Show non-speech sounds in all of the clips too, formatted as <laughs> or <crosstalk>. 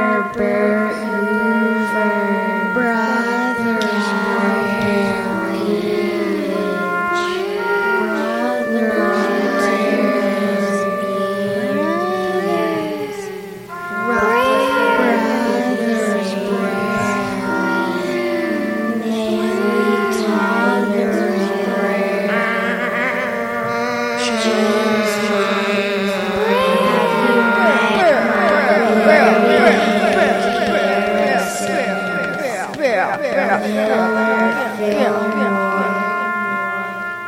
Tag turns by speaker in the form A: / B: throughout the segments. A: Herbert Hoover, brothers by heritage, brothers brothers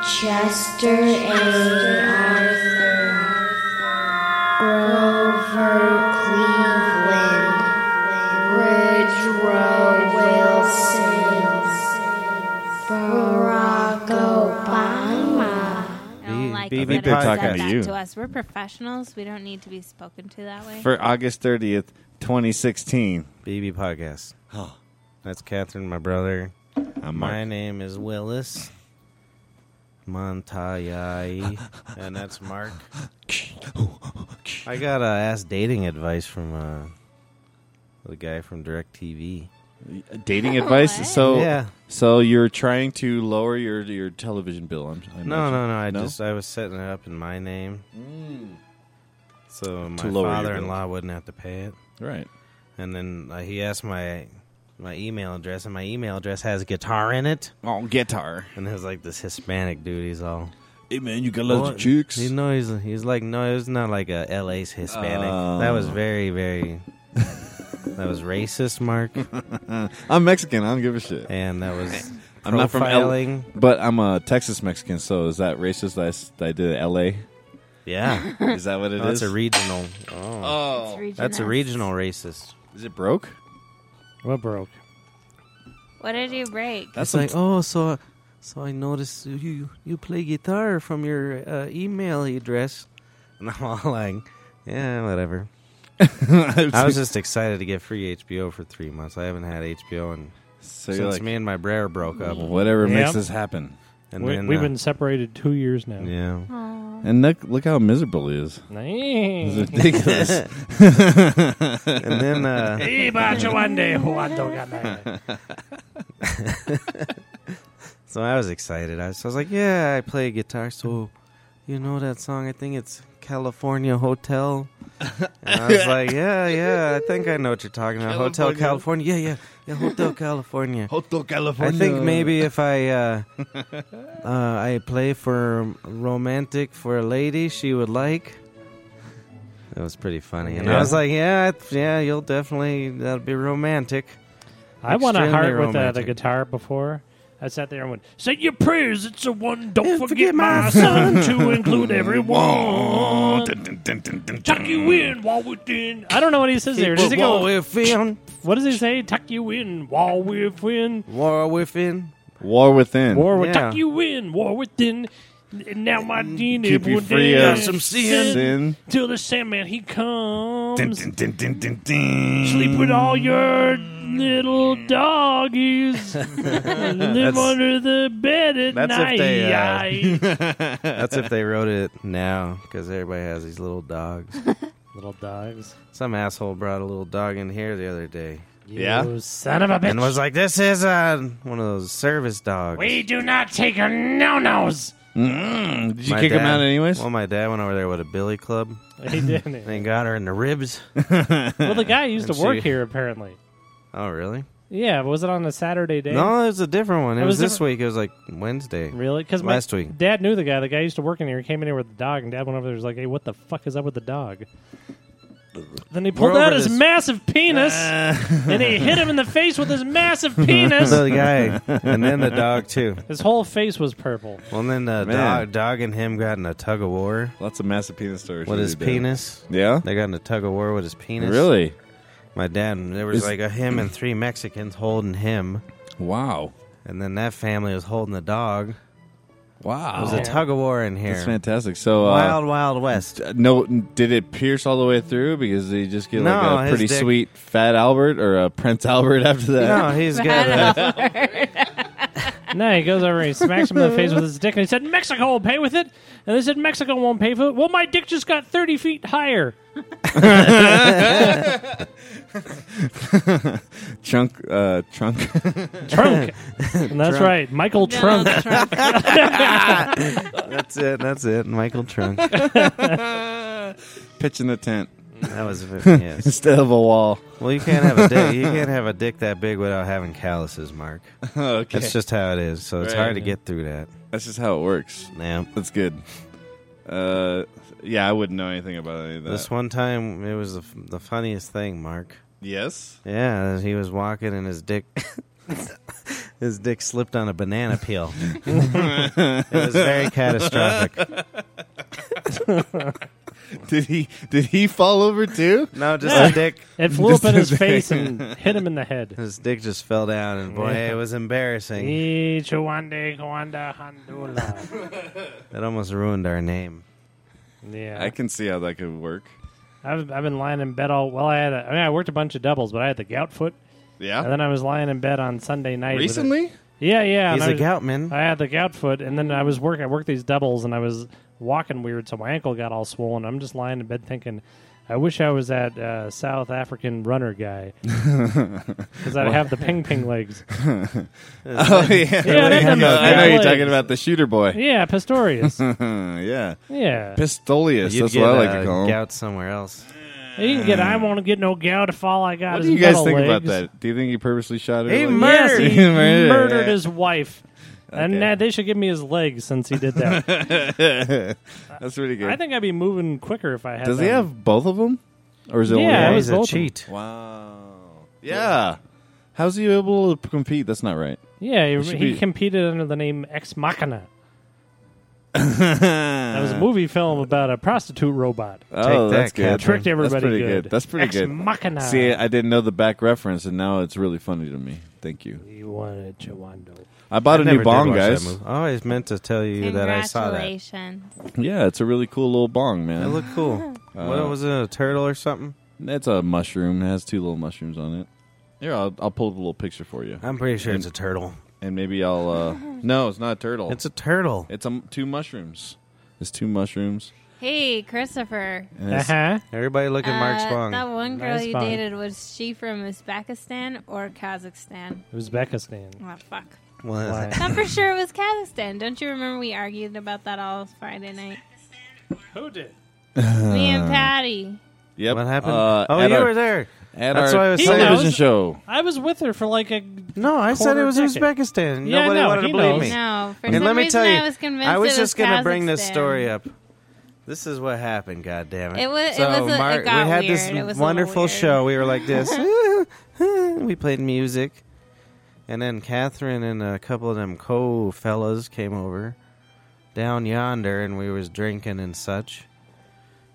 A: Chester A. Arthur, Grover Cleveland, Woodrow Wilson, Barack Obama.
B: I don't
C: Be-
B: like it
C: be- be
B: when
C: big
B: it's
C: talking
B: done
C: to
B: that
C: you.
B: To us, we're professionals. We don't need to be spoken to that way.
D: for August 30th, 2016.
C: BB Podcast. That's Catherine, my brother.
D: I'm
C: My
D: Mark.
C: name is Willis
D: <laughs>
C: Montayai, and that's Mark. I got uh, ass dating advice from uh, the guy from DirecTV.
D: Dating advice.
B: What?
D: So,
C: yeah,
D: so you're trying to lower your your television bill. I'm, I
C: no,
D: imagine.
C: no, no. I just I was setting it up in my name, so my
D: Mm. To lower your
C: father-in-law wouldn't have to pay it.
D: right.
C: And then uh, he asked my my email address, and my email address has guitar in it.
D: Oh, guitar.
C: And there's like this Hispanic dude. He's all
D: Hey man, you got lots
C: Well,
D: of chicks.
C: He no, he's he's like no, it's not like a LA's Hispanic.
D: Oh.
C: that was very very. that was racist, Mark,
D: I'm Mexican. I don't give a shit.
C: and that was.
D: I'm not from L-
C: profiling.
D: But I'm a Texas Mexican. So is that racist? That I, s- that I did at L.A.
C: <laughs> Yeah,
D: Is that what it is?
C: Oh, that's a regional. Oh,
D: oh,
C: that's a regional racist.
D: is it broke?
E: What broke?
B: What did you break?
C: That's like oh, so so I noticed you you play guitar from your uh, email address, and I'm all like, yeah, whatever. <laughs> I
F: <laughs>
C: was just excited to get free HBO for three months. I haven't had HBO and
D: <laughs> so you're
C: since
D: like,
C: me and my brother broke up.
D: whatever
E: Yeah.
D: makes this happen.
C: And
E: we,
C: then,
E: we've
C: uh,
E: been separated two years now.
C: yeah.
D: And look, look how miserable he is.
E: <laughs> Nice.
C: <laughs>
D: It's ridiculous.
C: And then uh, so I was excited. I was, I was like, yeah, I play guitar. So you know that song? I think it's California Hotel. And I was like, yeah, yeah, I think I know what you're talking about. Hotel California. Yeah, yeah, yeah, Hotel California.
D: Hotel
C: I
D: California.
C: think maybe if I <laughs> uh, uh, I play for romantic for a lady she would like. That was pretty funny, and I
D: Yeah.
C: was like, "Yeah, I- yeah, you'll definitely that'll be romantic."
E: I won a
C: Extremely
E: heart with uh, the
C: romantic.
E: guitar before. I sat there and went, "Say your prayers, it's a one. Don't forget my son to
C: <laughs>
E: include everyone. Tuck you in while we're thin. I don't know what he says there. Does he
C: War
E: go?
C: within,
E: What does he say? Tuck you in while we're thin.
C: war within.
D: War Within.
E: War with
C: Yeah. Mm,
E: tuck you in. War within. And now my dean
D: keep
E: it
D: you
E: would
D: free
C: uh,
E: end.
D: of some
E: sin.
D: Sin.
E: Till the Sandman he comes. Sleep with all your little
C: <laughs>
E: doggies. Live under the bed at
C: that's if
E: night.
C: they, uh,
E: <laughs>
C: That's if they wrote it now, because everybody has these little <laughs> dogs.
E: little dogs.
C: Some asshole brought a little dog in here the other day
D: Yeah?
E: You son of a bitch.
C: and was like, "This is uh, one of those service dogs."
E: we do not take a no nos.
D: Mm. Did you
C: My
D: kick him
C: dad-
D: out anyways?
C: Well, my dad went over there with a billy club
E: <laughs> He
C: <laughs>
E: didn't.
C: and got her in the ribs.
E: well, the guy used to
C: Let's
E: work
C: see.
E: here apparently.
C: Oh, really?
E: Yeah, but was it on a Saturday day?
C: No, it was a different one. It,
E: It
C: was,
E: was
C: this
E: different-
C: week. It was like Wednesday.
E: Really? Because
C: Last week.
E: Dad knew the guy. The guy used to work in here. He came in here with the dog, and Dad went over there. and was like, "Hey, what the fuck is up with the dog?" Then he pulled
C: We're
E: out
C: over
E: his
C: this- Uh.
E: massive penis, and he hit him in the face with his massive penis.
C: <laughs> <laughs> So the guy, and then the dog too.
E: his whole face was purple.
C: Well, and then the
D: Man.
C: dog, dog and him got in a tug of war
D: Lots of massive penis stories.
C: with
D: with
C: his
D: you, Dad.
C: penis.
D: Yeah?
C: They got in a tug of war with his penis.
D: Really?
C: My dad. and There was
D: Is-
C: like a him and three Mexicans holding him,
D: Wow.
C: and then that family was holding the dog. It
D: Wow.
C: was a tug of war in here.
D: That's fantastic. So, uh,
C: Wild, wild west. <laughs>
D: no, did it pierce all the way through? Because they just get
C: No,
D: like a
C: his
D: pretty
C: dick-
D: sweet Fat Albert or a Prince
F: <laughs>
D: Albert after that.
C: No, he's got a,
E: No, he goes over and he smacks him in the face with his dick, and he said, "Mexico will pay with it." And they said, "Mexico won't pay for it." Well, my dick just got thirty feet higher.
F: Chunk, uh, trunk. <laughs>
C: <laughs>
E: Trunk. And that's right. Michael Trunk.
B: Donald <laughs> Trump.
C: That's it. That's it. Michael Trunk.
F: Pitching the tent
C: That was <laughs> yes.
F: instead of a wall.
C: Well, you can't have a dick. You can't have a dick that big without having calluses, Mark.
F: okay,
C: That's just how it is. So it's
F: Right.
C: hard to get through that.
F: that's just how it works.
C: Yeah.
F: That's good. Uh, yeah, I wouldn't know anything about any of that.
E: Uh,
C: This one time, it was the, f- the funniest thing, Mark.
F: Yes.
C: Yeah, he was walking and his dick. <laughs> His dick slipped on a banana
F: <laughs>
C: peel. it was very catastrophic.
F: Did he? Did he fall over too?
C: No, just
E: Yeah.
C: his dick.
E: It flew up in
C: <laughs>
E: his face and hit him in the head.
C: His dick just fell down, and boy,
E: Yeah.
C: it was embarrassing.
E: Eh, Chawande, Kawanda, Handula.
C: It almost ruined our name.
E: Yeah,
F: I can see how that could work.
E: I've, I've been lying in bed all. Well, I had. A, I mean, I worked a bunch of doubles, but I had the gout foot, and
F: Yeah.
E: then I was lying in bed on Sunday night. with it.
F: Oh. Recently.
E: Yeah, yeah. and
C: He's
E: I
C: a
E: was-
C: goutman.
E: I had the gout foot, and then I was working. I worked these doubles, and I was walking weird, so my ankle got all swollen. I'm just lying in bed thinking, I wish I was that uh, South African runner
F: <laughs>
E: guy because I'd have the ping ping legs.
F: Oh <laughs> yeah.
E: Yeah, that
F: I
E: doesn't
F: know I know
E: make
F: you're
E: legs.
F: talking about the shooter boy.
E: Yeah,
F: <laughs>
E: Pistorius.
F: yeah.
E: yeah,
F: Pistolius.
C: You'd
F: that's
C: get
F: what I like
C: uh,
F: to call him.
C: gout somewhere else.
E: you can get. I want to get no gout if all I got
F: What
E: is
F: do you guys
E: metal
F: think about
E: legs.
F: that? Do you think he purposely shot
C: He
F: her?
E: Yes, he
F: Murdered. Murdered,
E: murdered
F: yeah. <laughs>
E: his wife. And
F: Okay.
E: uh, they should give me his legs since he did
F: <laughs>
E: that.
F: That's pretty good.
E: I think I'd be moving quicker if I had.
F: Does he
E: them.
F: have both of them, or is it
E: Yeah,
F: only
E: it
F: one?
E: was
C: he's a
E: both of them.
C: cheat.
F: Wow. Yeah. How's he able to compete? That's not right.
E: Yeah, he,
F: should
E: he
F: be-
E: competed under the name Ex
F: <laughs>
E: Machina.
F: that
E: That was a movie film about a prostitute robot.
F: Oh,
C: Take
F: that's
C: that, Catherine.
F: good.
E: Tricked everybody
F: That's pretty
E: good.
F: good. That's pretty
E: Ex
F: good.
E: Machina.
F: See, uh, I didn't know the back reference, and now it's really funny to me. Thank you.
E: you wanted Chawando.
F: I bought
C: I
F: a
C: never
F: new
C: did
F: bong,
C: watch that
F: guys.
C: movie. Oh, I always meant to tell you that I saw that. It
B: Congratulations.
F: Yeah, it's a really cool little bong, man.
C: looked cool. what was it, a turtle or something?
F: it's a mushroom. It has two little mushrooms on it. Here, I'll, I'll pull the little picture for you,
C: I'm pretty sure it's a turtle.
F: and maybe
C: <laughs>
F: I'll. uh No, it's not a turtle.
C: Oh. It's a turtle.
F: it's a, two mushrooms. It's two mushrooms.
B: Hey, Christopher.
F: And
E: Uh
F: <laughs> it's-
E: huh.
C: Everybody look at Mark's
B: Uh,
C: bong.
B: That one girl
E: Nice
B: you
E: bong.
B: dated was she from Uzbekistan or Kazakhstan?
E: Uzbekistan.
F: <laughs>
B: Oh fuck.
C: Well,
E: Why?
B: Not for sure it was Kazakhstan. Don't you remember we argued about that all Friday night?
E: Who did?
C: Uh,
B: Me and Patty.
F: Yep.
C: What happened?
F: Uh,
C: oh,
F: at
C: you
F: our,
C: were there.
F: At
C: That's
F: our
C: why I was
E: He
C: saying.
E: knows.
F: television show.
E: I was with her for like a.
C: No, I said it was
E: Quarter decade.
C: Uzbekistan.
E: Yeah, I
C: Nobody
E: know,
C: wanted to
E: he
C: believe
E: knows.
C: me.
B: No, for
C: and
B: some
C: let me
B: reason
C: tell you,
B: I was convinced.
C: I was
B: it
C: just
B: going to
C: bring this story up. This is what happened. God damn it!
B: It wa- it
C: So
B: was a- it
C: Mark,
B: got
C: we had
B: weird.
C: this
B: It was a little
C: wonderful
B: weird.
C: show. We were like this.
B: <laughs>
C: <laughs> we played music, and then Catherine and a couple of them co fellas came over down yonder, and we was drinking and such.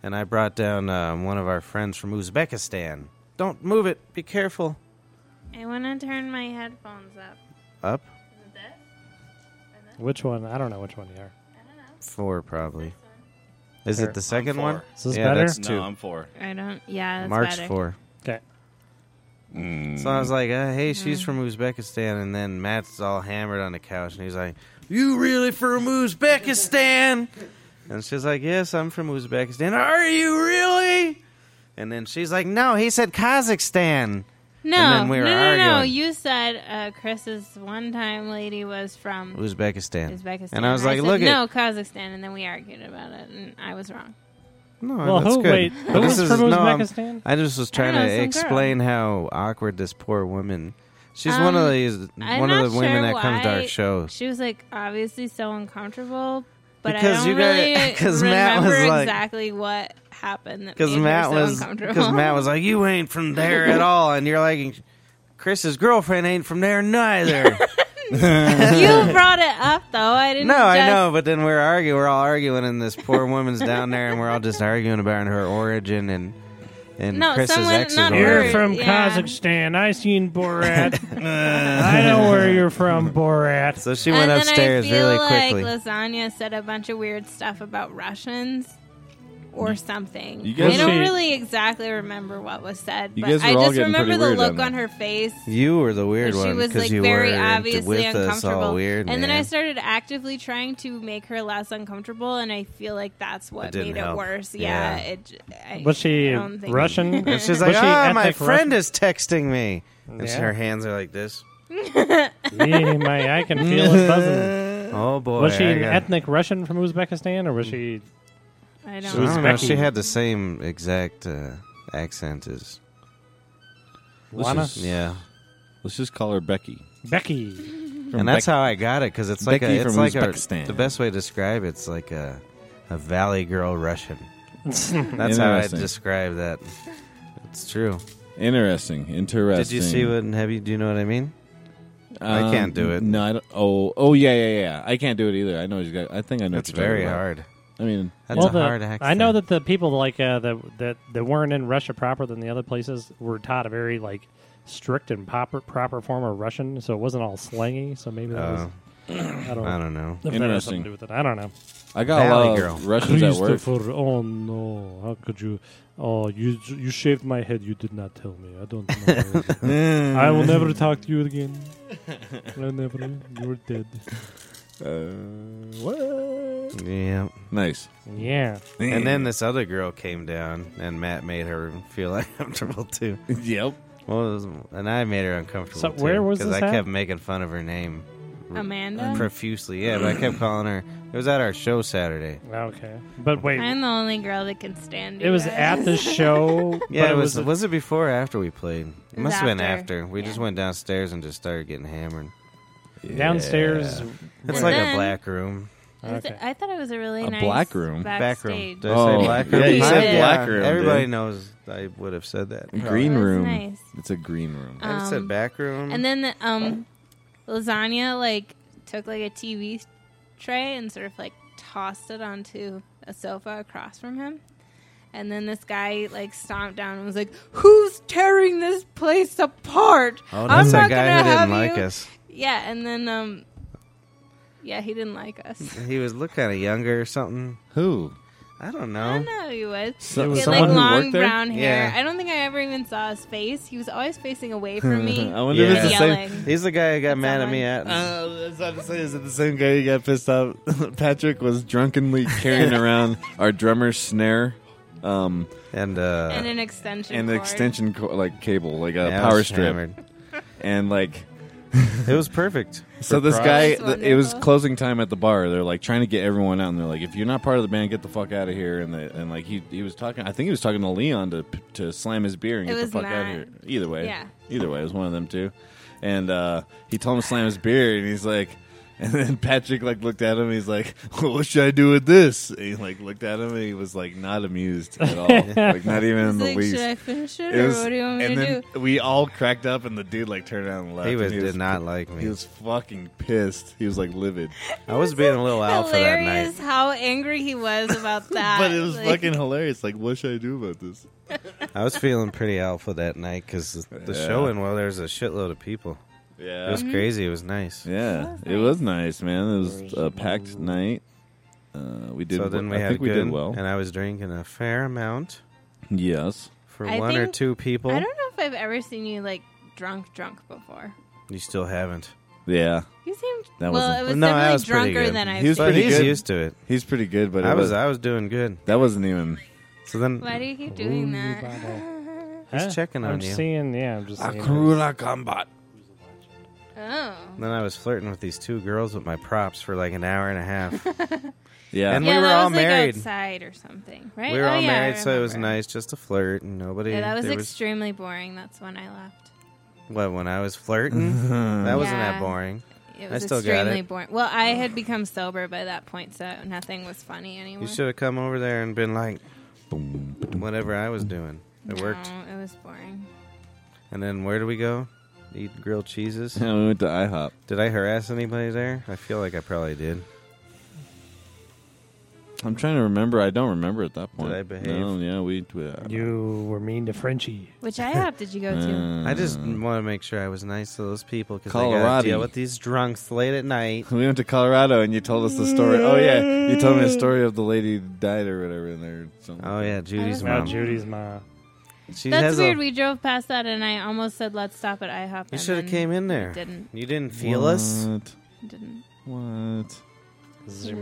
C: And I brought down um, one of our friends from Uzbekistan. Don't move it. Be careful.
B: I want to turn my headphones up.
C: Up
E: Which one? I don't know which one you are.
C: four probably. Is
E: Here.
C: it the second
F: four.
C: one?
E: Is this
C: yeah,
E: better?
C: that's two.
F: No, I'm four.
B: I don't. Yeah, that's
C: Mark's
B: better.
C: four.
E: Okay.
C: So I was like, uh, hey, she's from Uzbekistan. And then Matt's all hammered on the couch and he's like, you really from Uzbekistan? and she's like, yes, I'm from Uzbekistan. Are you really? And then she's like, no, he said Kazakhstan.
B: No,
C: And then we were
B: no, no, no.
C: arguing.
B: You said uh, Chris's one-time lady was from
C: Uzbekistan.
B: Uzbekistan.
C: And I was like,
B: said,
C: look
B: no,
C: at.
B: Kazakhstan, and then we argued about it, and I was wrong.
C: No,
E: Well,
C: that's
E: who-
C: good.
E: wait,
C: But
E: who
C: this
E: was
C: is-
E: from
C: no, I'm-
E: Uzbekistan?
C: I just was trying
B: know,
C: to
B: some girl.
C: explain how awkward this poor woman. She's
B: Um,
C: one of these,
B: I'm
C: one of
B: not
C: the women
B: sure
C: that comes to
B: why
C: our shows.
B: She was like obviously so uncomfortable, but I
C: Because
B: don't
C: you guys-
B: really
C: <laughs> 'cause
B: remember
C: Matt was like-
B: exactly what happened.
C: Because
B: Because
C: Matt
B: so
C: was
B: uncomfortable.
C: because Matt was like, "You ain't from there at all," and you're like, "Chris's girlfriend ain't from
B: <laughs>
C: there neither."
B: <laughs>
C: <laughs>
B: you brought it up though. I didn't.
C: no, I
B: just-
C: know, but then we're arguing. We're all arguing, and this poor woman's down there, and we're all just arguing about her origin and and
B: No,
C: Chris's
B: someone-
C: ex's
B: not
C: origin.
E: You're
B: Or-
E: from
B: yeah.
E: Kazakhstan. I seen
C: <laughs>
E: Borat. <laughs> I know where you're from, Borat.
C: So she
B: And
C: went
B: then
C: upstairs
B: I feel
C: really quickly.
B: like Lasagna said a bunch of weird stuff about Russians. or something.
F: You guys
B: I don't
E: are-
B: really exactly remember what was said,
F: You
B: but
F: guys are
B: I
F: all
B: just
F: getting pretty
B: remember the
F: weird on
B: look on
F: that.
B: her face.
C: You were the weird
B: she
C: one
B: was
C: because
B: like
C: you
B: very
C: were
B: obviously
C: with us all
B: uncomfortable.
C: weird.
B: and then I
C: man.
B: started actively trying to make her less uncomfortable, and I feel like that's what
C: didn't
B: made
C: help.
B: it worse.
C: Yeah.
B: Yeah, it j I,
E: Was she
B: I don't think-
E: Russian?
C: <laughs> And
B: <laughs>
C: she's
E: Was
C: like,
E: she
C: ah, my
E: ethnic
C: friend is texting me. And
E: Yeah.
C: her hands are like this.
E: Russian? Yeah, my, I can feel it buzzing.
B: Uh,
C: Oh <laughs> boy.
E: Was she
C: I
E: an
C: got-
E: ethnic Russian from Uzbekistan, or was she?
B: I
C: I
B: don't.
C: don't
B: know.
C: know.
E: Uzbeki?
C: She had the same exact uh, accent as.
F: Let's
E: Lana?
F: just-
C: Yeah.
F: Let's just call her Becky.
E: Becky.
F: From
C: and that's
F: Beck-
C: how I got it because it's like
F: Becky
C: a, it's
F: from
C: like a,
F: Uzbekistan.
C: the best way to describe it's like a a valley girl
F: <laughs>
C: Russian. That's how I
F: Interesting.
C: describe that. It's true.
F: interesting.
C: Did
F: Interesting.
C: you see what? Have you? Do you know what I mean? I can't do it.
F: Um, No, I don't. Oh, oh yeah, yeah, yeah. I can't do it either. I know he's got. I think I know.
C: It's
F: what you're
C: very
F: talking about.
C: hard.
F: I mean,
C: That's
E: well,
C: a
E: the-
C: hard accent.
E: I know that the people like uh, that that that weren't in Russia proper than the other places were taught a very like strict and proper proper form of Russian, so it wasn't all slangy. So maybe that
C: Uh,
E: was I don't,
C: I don't
E: know
C: know.
E: if that has something
F: Interesting.
E: to do with it. I don't know.
F: I got a
C: Valley
F: lot <laughs>
C: girl.
F: of Russians at work.
E: oh no, how could you? Oh, you you shaved my head. You did not tell me. I don't
C: <laughs>
E: know. I will never talk to you again. I never. You're dead.
F: Uh, what?
C: Yeah.
F: Nice.
E: Yeah.
C: And then this other girl came down, and Matt made her feel <laughs> uncomfortable too. <laughs>
F: yep.
C: Well, it was- and I made her uncomfortable.
E: So where was
C: Because
E: this
C: I
E: at?
C: kept making fun of her name
B: Amanda.
C: profusely. Yeah, but I kept calling her. It was at our show Saturday.
E: Okay. But wait,
B: I'm the only girl that can stand you
E: it was
B: guys. <laughs>
E: at the show.
C: <laughs> Yeah,
E: but
C: it was.
E: a-
C: was it before or after we played? It
B: was
C: must have been
B: after.
C: after. We just
B: Yeah.
C: went downstairs and just started getting hammered.
E: downstairs.
C: It's
B: And
C: like a
B: then-
C: black room.
B: It was-
E: Okay.
B: I thought it was a really
F: A
B: nice
F: black room?
C: Back
B: backstage.
C: room. Did I
F: Oh.
C: say black
F: Yeah,
C: room?
B: you
C: I-
B: said
F: black room,
C: Everybody
F: dude.
C: knows I would have said that.
F: Green
B: That was
F: room.
B: nice.
F: It's a green room.
C: I
B: Um,
C: said back room.
B: And
F: Mm-hmm.
B: then um, lasagna like took like a TV tray and sort of like tossed it onto a sofa across from him. And then this guy like stomped down and was like, "Who's tearing this place apart?
C: oh, that's
B: I'm not
C: that guy
B: gonna
C: who
B: have
C: didn't like
B: you."
C: us.
B: Yeah, and then um, yeah, he didn't like us.
C: He was look kind of younger or something.
F: Who?
C: I
B: <laughs>
C: don't
B: I
C: know.
B: don't know who he was.
F: So-
B: He had
F: someone
B: like
F: who
B: long
F: worked there?
B: brown hair.
C: Yeah.
B: I don't think I ever even saw his face. He was always facing away
F: <laughs>
B: from me.
F: I wonder
C: if it's
B: and
C: the
F: same-
B: yelling. Uh,
C: He's the guy who got
B: That's
C: mad at
B: someone.
C: me at.
F: Oh, I was about to say, is it the same guy who got pissed off? <laughs> Patrick was <laughs> drunkenly carrying around our drummer's snare um,
C: and uh,
B: and an extension.
F: and an
B: cord.
F: extension co- like cable, like a
C: yeah, I
F: power
C: was
F: strip,
C: hammered.
F: and like
C: It was perfect.
F: so. This guy,
B: Christ.
F: th- it was
B: Wonderful.
F: closing time at the bar. They're like trying to get everyone out, and they're like, "If you're not part of the band, get the fuck out of here." And the, and like he he was talking, I think he was talking to Leon to to slam his beer and
B: It
F: get the
B: was
F: fuck out of
B: Matt.
F: here. Either way,
B: Yeah.
F: either way, it was one of them two. And uh, he told him to slam his beer, and he's like. <laughs> And then Patrick like looked at him. And he's like, well, "What should I do with this?" And he like looked at him, and he was like not amused at
B: <laughs>
F: all, like not even
B: He's
F: in the
B: like,
F: least.
B: should I finish it,
F: It
B: or
F: was-
B: what do you want me
F: and
B: to
F: then
B: do?
F: we all cracked up, and the dude like turned around and left.
C: He was,
F: and
C: did not like me.
F: He was fucking pissed. He was like
C: <laughs>
F: livid,
C: I was being
B: <laughs>
C: a little alpha that night.
B: Hilarious how angry he was
C: <laughs>
B: about that.
F: but it was
B: Like,
F: fucking hilarious. Like, what should I do about this?
C: I was feeling pretty alpha that night because
F: <laughs>
C: the, the
F: Yeah.
C: show in well, there was a shitload of people. It
F: Yeah,
B: Mm-hmm.
C: was crazy. It was nice.
F: yeah,
B: That was
F: it was nice, man. It was a packed night. Uh, we did.
C: so then
F: I
C: we had
F: think
C: good,
F: we did well.
C: and I was drinking a fair amount
F: yes,
C: for
B: I
C: one or
B: think-
C: two people.
B: I don't know if I've ever seen you like drunk, drunk before.
C: You still haven't.
F: yeah.
B: You seemed
F: That
B: well.
F: wasn't-
B: It was
C: No, I
B: definitely
C: was pretty
B: drunker
C: good.
B: than I've
F: He was
B: seen.
C: But
F: pretty
C: he's
F: good.
C: used to it.
F: He's pretty good, but it
C: I was
F: was,
C: I was doing good.
F: that wasn't even.
C: So then
B: Why do you keep doing that?
E: He's
C: checking
E: I'm
C: on
E: just
C: you.
E: Seeing, yeah, I'm just seeing.
F: combat.
B: Oh,
C: then I was flirting with these two girls with my props for like an hour and
B: <laughs>
C: a half.
F: Yeah,
C: And- we
B: yeah,
C: were
B: that
C: all
B: was
C: married.
B: Like outside or something, right?
C: We were
B: Oh,
C: all
B: yeah, I
C: married, so it was
B: remember.
C: nice just to flirt and nobody.
B: Yeah, that was
C: there
B: extremely boring. That's when I left.
C: What when I was
F: <laughs>
C: flirting, that wasn't that
B: Yeah.
C: boring.
B: It was
C: still got
B: extremely
C: it.
B: boring. Well, I had become sober by that point, so nothing was funny anymore.
C: You should have come over there and been like
F: Boom.
C: whatever I was doing. It worked.
B: No, it was boring.
C: And then where do we go? Eat grilled
F: <laughs>
C: cheeses.
F: Yeah, we went to IHOP.
C: Did I harass anybody there? I feel like I probably did.
F: I'm trying to remember. I don't remember at that point.
C: I behave?
F: No, yeah, we. we uh,
E: You were mean to Frenchie.
B: Which
C: <laughs>
B: I app did you go to?
F: uh,
C: I just want to make sure I was nice to those people because I got
F: Colorado.
C: to deal with these drunks late at night.
F: We went to Colorado and you told us the story. Oh yeah, you told me the story of the lady who died or whatever in there. Something.
C: Oh yeah, Judy's
E: Now
C: mom.
E: Judy's ma.
C: She
B: That's
C: has a-
B: weird. we drove past that, and I almost said, "Let's stop at IHOP."
C: you
B: and
C: should have
B: then
C: came in there.
B: Didn't
C: You didn't feel
F: what?
C: us.
B: didn't
F: What?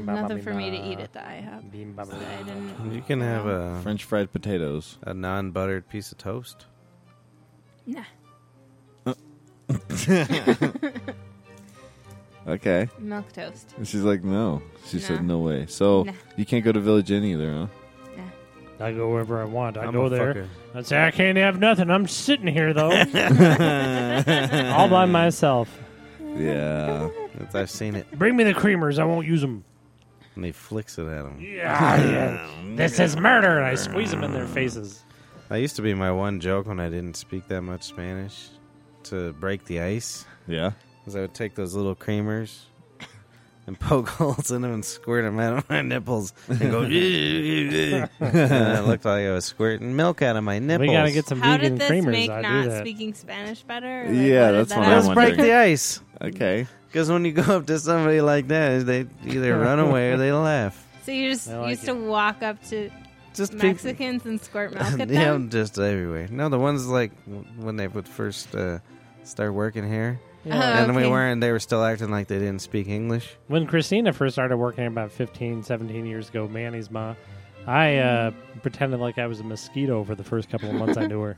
B: nothing for me to eat at the IHOP. So I
F: uh,
B: didn't.
C: You can have a
F: French fried potatoes.
C: a non-buttered piece of toast.
B: Nah.
F: Okay.
B: Milk toast.
F: And she's like, no. She said,
B: Nah.
F: no way. So
B: Nah.
F: you can't go to Village Inn either,
C: <laughs>
F: huh?
E: I go wherever I want. I
C: I'm
E: go
C: a
E: there.
C: fucker.
E: I say I can't have nothing. I'm sitting
B: <laughs>
E: here though, <laughs> all by myself.
F: Yeah.
C: That's- I've seen it.
E: Bring me the creamers. I won't use <laughs> them.
C: And he flicks it at him.
E: Yeah, Ah,
B: <laughs>
E: yeah. this is murder. And I squeeze them in their faces.
C: That used to be my one joke when I didn't speak that much Spanish to break the ice.
F: Yeah.
C: Is I would take those little creamers and poke <laughs> holes in them and squirt them out of my nipples and go. and it looked like I was squirting milk out of my nipples.
E: We gotta get some
B: How
E: vegan
B: did this
E: creamers.
B: make
E: I
B: not
E: do that.
B: speaking Spanish better?
F: Yeah, that's what I'm
C: Let's
B: was.
F: wondering.
C: break the ice.
F: Okay.
C: Because when you go up to somebody like that, they either run away or they laugh.
B: So you just
E: I like
B: used
E: it.
B: to walk up to
C: Just people-
B: Mexicans and squirt
C: <laughs>
B: milk at
C: yeah,
B: them.
C: just everywhere. No, the ones like w- when they would first uh, start working here,
B: Oh,
E: Yeah.
C: and we
B: okay.
C: weren't. They were still acting like they didn't speak English.
E: When Christina first started working about 15, 17 years ago, Manny's ma, I uh, pretended like I was a mosquito for the first couple of months I knew
B: <laughs>
E: her.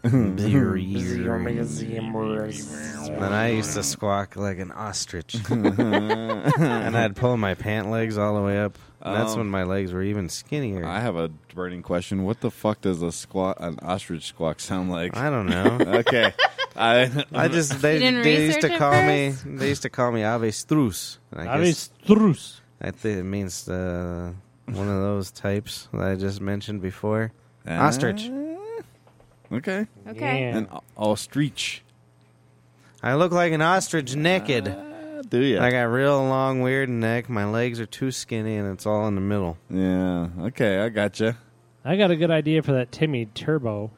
C: And I used to squawk like an ostrich. and I'd pull my pant legs all the way up. And that's
F: Um,
C: when my legs were even skinnier.
F: I
C: I,
F: have a burning question. What the fuck does a squawk, an ostrich squawk sound like?
C: don't know.
F: okay.
G: <laughs>
F: I,
C: I just they,
B: You didn't
C: they used
B: research
C: to
B: it
C: call me they used to call me avestruz. And I guess
E: Avestruz.
C: I think it means uh, one of those types that I just mentioned before.
D: Eh?
C: Ostrich.
D: uh,
F: Okay.
B: Okay.
E: Yeah.
F: An o- ostrich.
C: I look like an ostrich naked.
F: Uh, do you?
C: I got real long, weird neck. My legs are too skinny, and it's all in the middle.
F: yeah. Okay. I gotcha.
E: I got a good idea for that Timmy Turbo.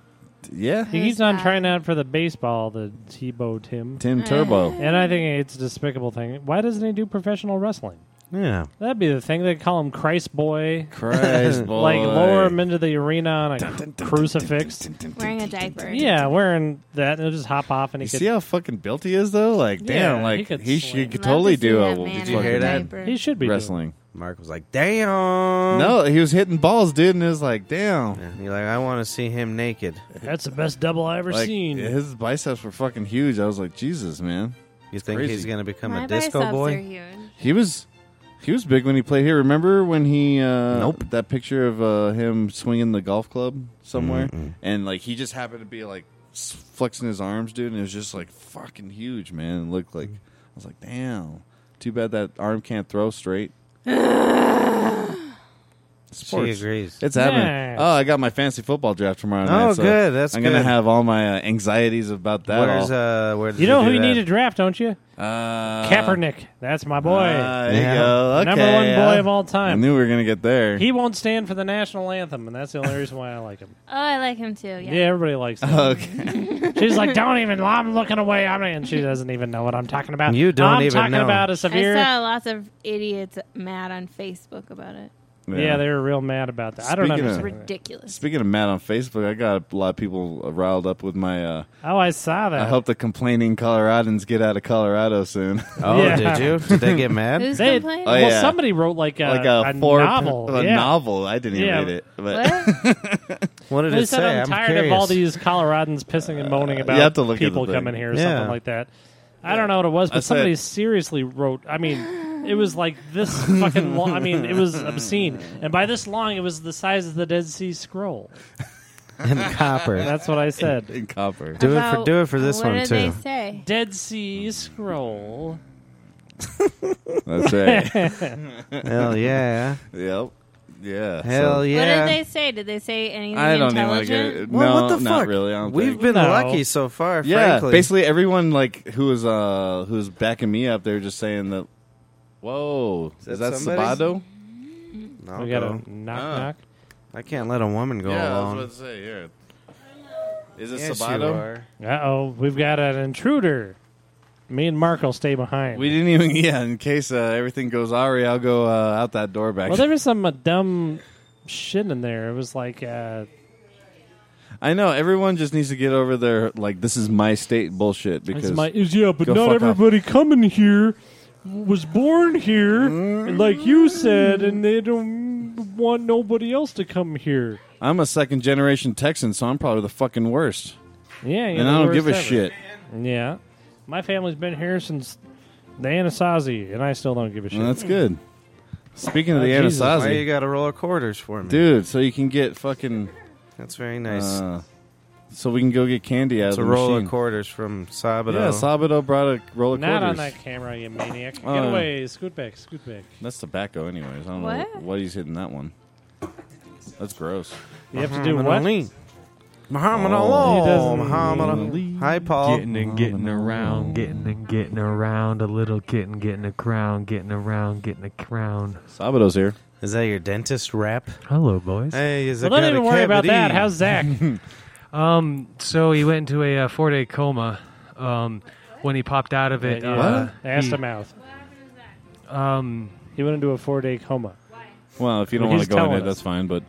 F: Yeah.
E: He
B: Who's
E: keeps on
B: that?
E: trying out for the baseball, the Tebow Tim.
C: <laughs>
F: Tim Turbo.
E: And I think it's a despicable thing. Why doesn't he do professional wrestling?
C: Yeah.
E: That'd be the thing. They call him Christ Boy.
F: Christ, boy.
E: Like lower him into the arena on a crucifix.
B: Wearing a diaper.
E: Yeah, wearing that, and it'll just hop off, and
F: You
E: he
F: see
E: could,
F: how fucking built he is, though. Like,
E: Yeah,
F: damn,
E: he
F: like
E: could
F: he, sh-
E: sling.
F: he could
B: Love
F: totally
B: to see
F: do uh,
B: that
F: a
B: man
F: fucking
B: in a
C: you hear that?
B: diaper.
E: he should be doing
F: wrestling.
C: Mark was like, "Damn."
F: No, he was hitting balls, dude, and it was like, damn,
C: And you're like, I want to see him naked.
E: it. That's the best double I ever
F: like
E: seen.
F: his biceps were fucking huge. I was like, Jesus, man,
C: You think
F: crazy.
C: he's gonna become
B: My
C: a disco
B: biceps
C: boy?
B: are huge.
F: he was. He was big when he played here. Remember when he uh
C: Nope.
F: that picture of uh him swinging the golf club somewhere and like he just happened to be like s- flexing his arms, dude, and it was just like fucking huge, man. It looked like I was like, "Damn. Too bad that arm can't
E: <laughs>
F: throw straight."
C: She
F: Sports.
C: agrees.
F: It's happening.
E: Nice.
F: Oh, I got my fancy football draft tomorrow night.
C: Oh,
F: so
C: good. That's
F: I'm gonna
C: good.
F: have all my uh, anxieties about that.
C: Where's
F: all.
C: uh? Where did
E: you know
C: do
E: who you
C: that?
E: need to draft, don't you?
F: Uh,
E: Kaepernick. That's my boy.
F: Ah, there
C: Yeah.
F: you go. Okay,
E: Number one
F: yeah.
E: boy of all
F: I
E: time.
F: knew we were gonna get there.
E: He won't stand for the national anthem, and that's the only reason why I like him.
B: Oh, I like him too. Yeah.
E: Yeah, everybody likes him.
F: okay.
E: She's like, "Don't even. I'm looking away." I'm, and she doesn't even know what I'm talking about.
C: You don't
E: I'm
C: even
E: talking
C: know.
E: about a
B: I
E: severe.
B: saw lots of idiots mad on Facebook about it.
E: yeah, they were real mad about that. I don't
F: Speaking of-
E: understand. that.
B: Ridiculous.
F: Speaking of Matt on Facebook, I got a lot of people riled up with my. Uh,
E: Oh, I saw that.
F: I hope the complaining Coloradans get out of Colorado soon. <laughs>
C: Oh,
E: Yeah.
C: did you? Did they get mad?
B: Who's
E: They-
B: complaining?
F: Oh,
E: well,
F: yeah.
E: somebody wrote like a,
F: like a, four
E: novel.
F: a
E: yeah.
F: novel. I didn't even
E: Yeah.
F: read it. <laughs> But
B: What?
C: What did
E: They
C: it
E: said
C: say?
E: I'm tired
C: curious.
E: of all these Coloradans pissing and moaning about
F: Uh, have to look at the
E: people
F: thing.
E: coming here or
C: Yeah.
E: something like that. I don't know what it was, but
F: I said-
E: somebody seriously wrote. I mean, it was like this fucking long. I mean, it was obscene, and by this long, it was the size of the Dead Sea Scroll.
C: <laughs> and copper.
E: That's what I said.
F: in copper.
C: Do it for
B: About-
C: do it for this
B: what
C: one
B: did
C: too.
B: they say?
E: Dead Sea Scroll. <laughs>
F: That's right.
C: Hell yeah!
F: yep. Yeah.
C: Hell
F: so-
C: yeah!
B: What did they say? Did they say anything
F: I don't even want to
B: intelligent?
F: get it.
C: Well,
F: no,
C: what the
F: not
C: fuck?
F: really. I don't
C: We've
F: think.
C: been
E: No.
C: lucky so far.
F: yeah,
C: frankly.
F: basically everyone like who was uh who was backing me up. They were just saying that. Whoa, is
C: Is
F: that
C: that somebody?
F: Sabado?
C: I'll
E: we got
C: go.
E: a knock
D: Ah.
E: knock.
C: I can't let a woman go
D: yeah, I
C: alone.
D: was about to say here. Is it
C: yes, you
D: Sabato?
C: are.
E: Uh oh, we've got an intruder. Me and Mark will stay behind.
D: We didn't
F: <laughs>
D: even. Yeah, in case uh, everything goes awry, I'll go uh, out that door back.
E: well, there was some uh, dumb shit in there. It was like, uh,
D: I know everyone just needs to get over their like this is my state bullshit because
E: it's my, is, yeah, but
D: go
E: not
D: fuck off.
E: everybody coming here was born here, like you said, and they don't want nobody else to come here.
D: I'm a second generation Texan, so I'm probably the fucking worst,
E: Yeah, you
D: and
E: know,
D: I don't
E: worst
D: give a
E: ever.
D: shit.
E: Yeah, my family's been here since the Anasazi, and I still don't give a shit.
D: Well, that's good. Speaking of
E: Oh,
D: the
E: Jesus, why
C: Why you
D: Anasazi,
C: got a roll of quarters for me?
D: dude, so you can get fucking
C: That's very nice.
D: uh, so we can go get candy out
C: it's a
D: of the
C: roll
D: machine.
C: of quarters from Sabato.
D: yeah, Sabato brought a roll of
E: Not
D: quarters.
E: on that camera, you maniac.
C: Uh,
E: Get
D: Oh.
E: away. Scoot back. Scoot back.
D: That's tobacco, anyways. I don't know
B: What?
D: why he's hitting that one. That's gross.
E: You have to do
C: Muhammad
E: what?
C: Ali. Muhammad
D: Oh.
C: Ali.
E: He doesn't-
C: Muhammad Ali. Hi, Paul.
G: Getting <laughs> and getting around, getting and getting around. A little kitten getting a crown, getting around, getting a crown.
D: Sabato's here.
C: Is that your dentist rap?
G: Hello, boys.
C: Hey, is
E: Well,
C: it
E: don't even worry about that. How's Zach?
G: Um, so he went into a uh, four-day coma. Um, when he popped out of
E: <laughs>
G: it, uh,
E: Yeah. Ass
G: he-
E: to mouth.
G: Um,
E: He went into a four day coma.
D: Well, if you don't
E: He's
D: want to go in
E: telling
D: it, that's
E: us.
D: fine. But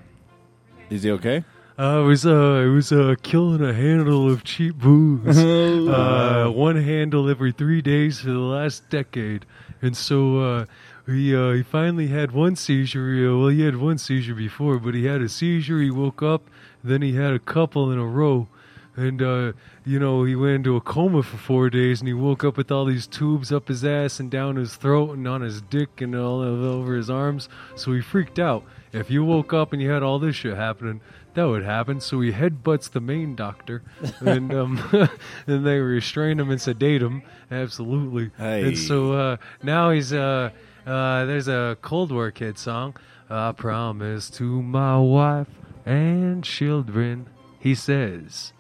D: is he okay?
G: I was uh, I was uh, killing a handle of cheap <laughs> booze. uh, one handle every three days for the last decade, and so uh, he uh, he finally had one seizure. Uh, well, he had one seizure before, but he had a seizure. He woke up, then he had a couple in a row, and uh, you know he went into a coma for four days, and he woke up with all these tubes up his ass and down his throat and on his dick and all o- over his arms. So he freaked out. If you woke up and you had all this shit happening, that would happen. So he headbutts the main doctor, and um, <laughs> and they restrain him and sedate him. Absolutely.
D: Hey.
G: And so uh, now he's uh, uh, there's a Cold War kid song. I promise to my wife and children, he says.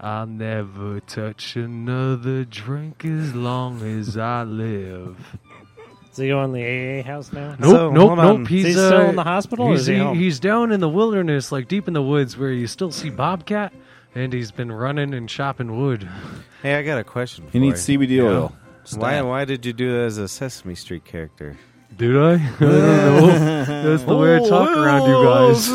G: I'll never touch another drink as long as I live.
E: Is he going to the AA house now?
G: <laughs> Nope,
C: So,
G: nope,
C: hold on.
G: nope.
E: Is
G: He's
E: he still
G: uh,
E: in the hospital or
G: He's,
E: is he home?
G: he's down in the wilderness, like deep in the woods, where you still see bobcat, and he's been running and chopping wood.
C: Hey, I got a question.
D: He
C: for
D: needs
C: you.
D: CBD oil.
C: Why? Why did you do that as a Sesame Street character? Oh,
G: Did <laughs> I? Oh, I
E: <laughs>
G: don't know. That's the way I talk around you guys.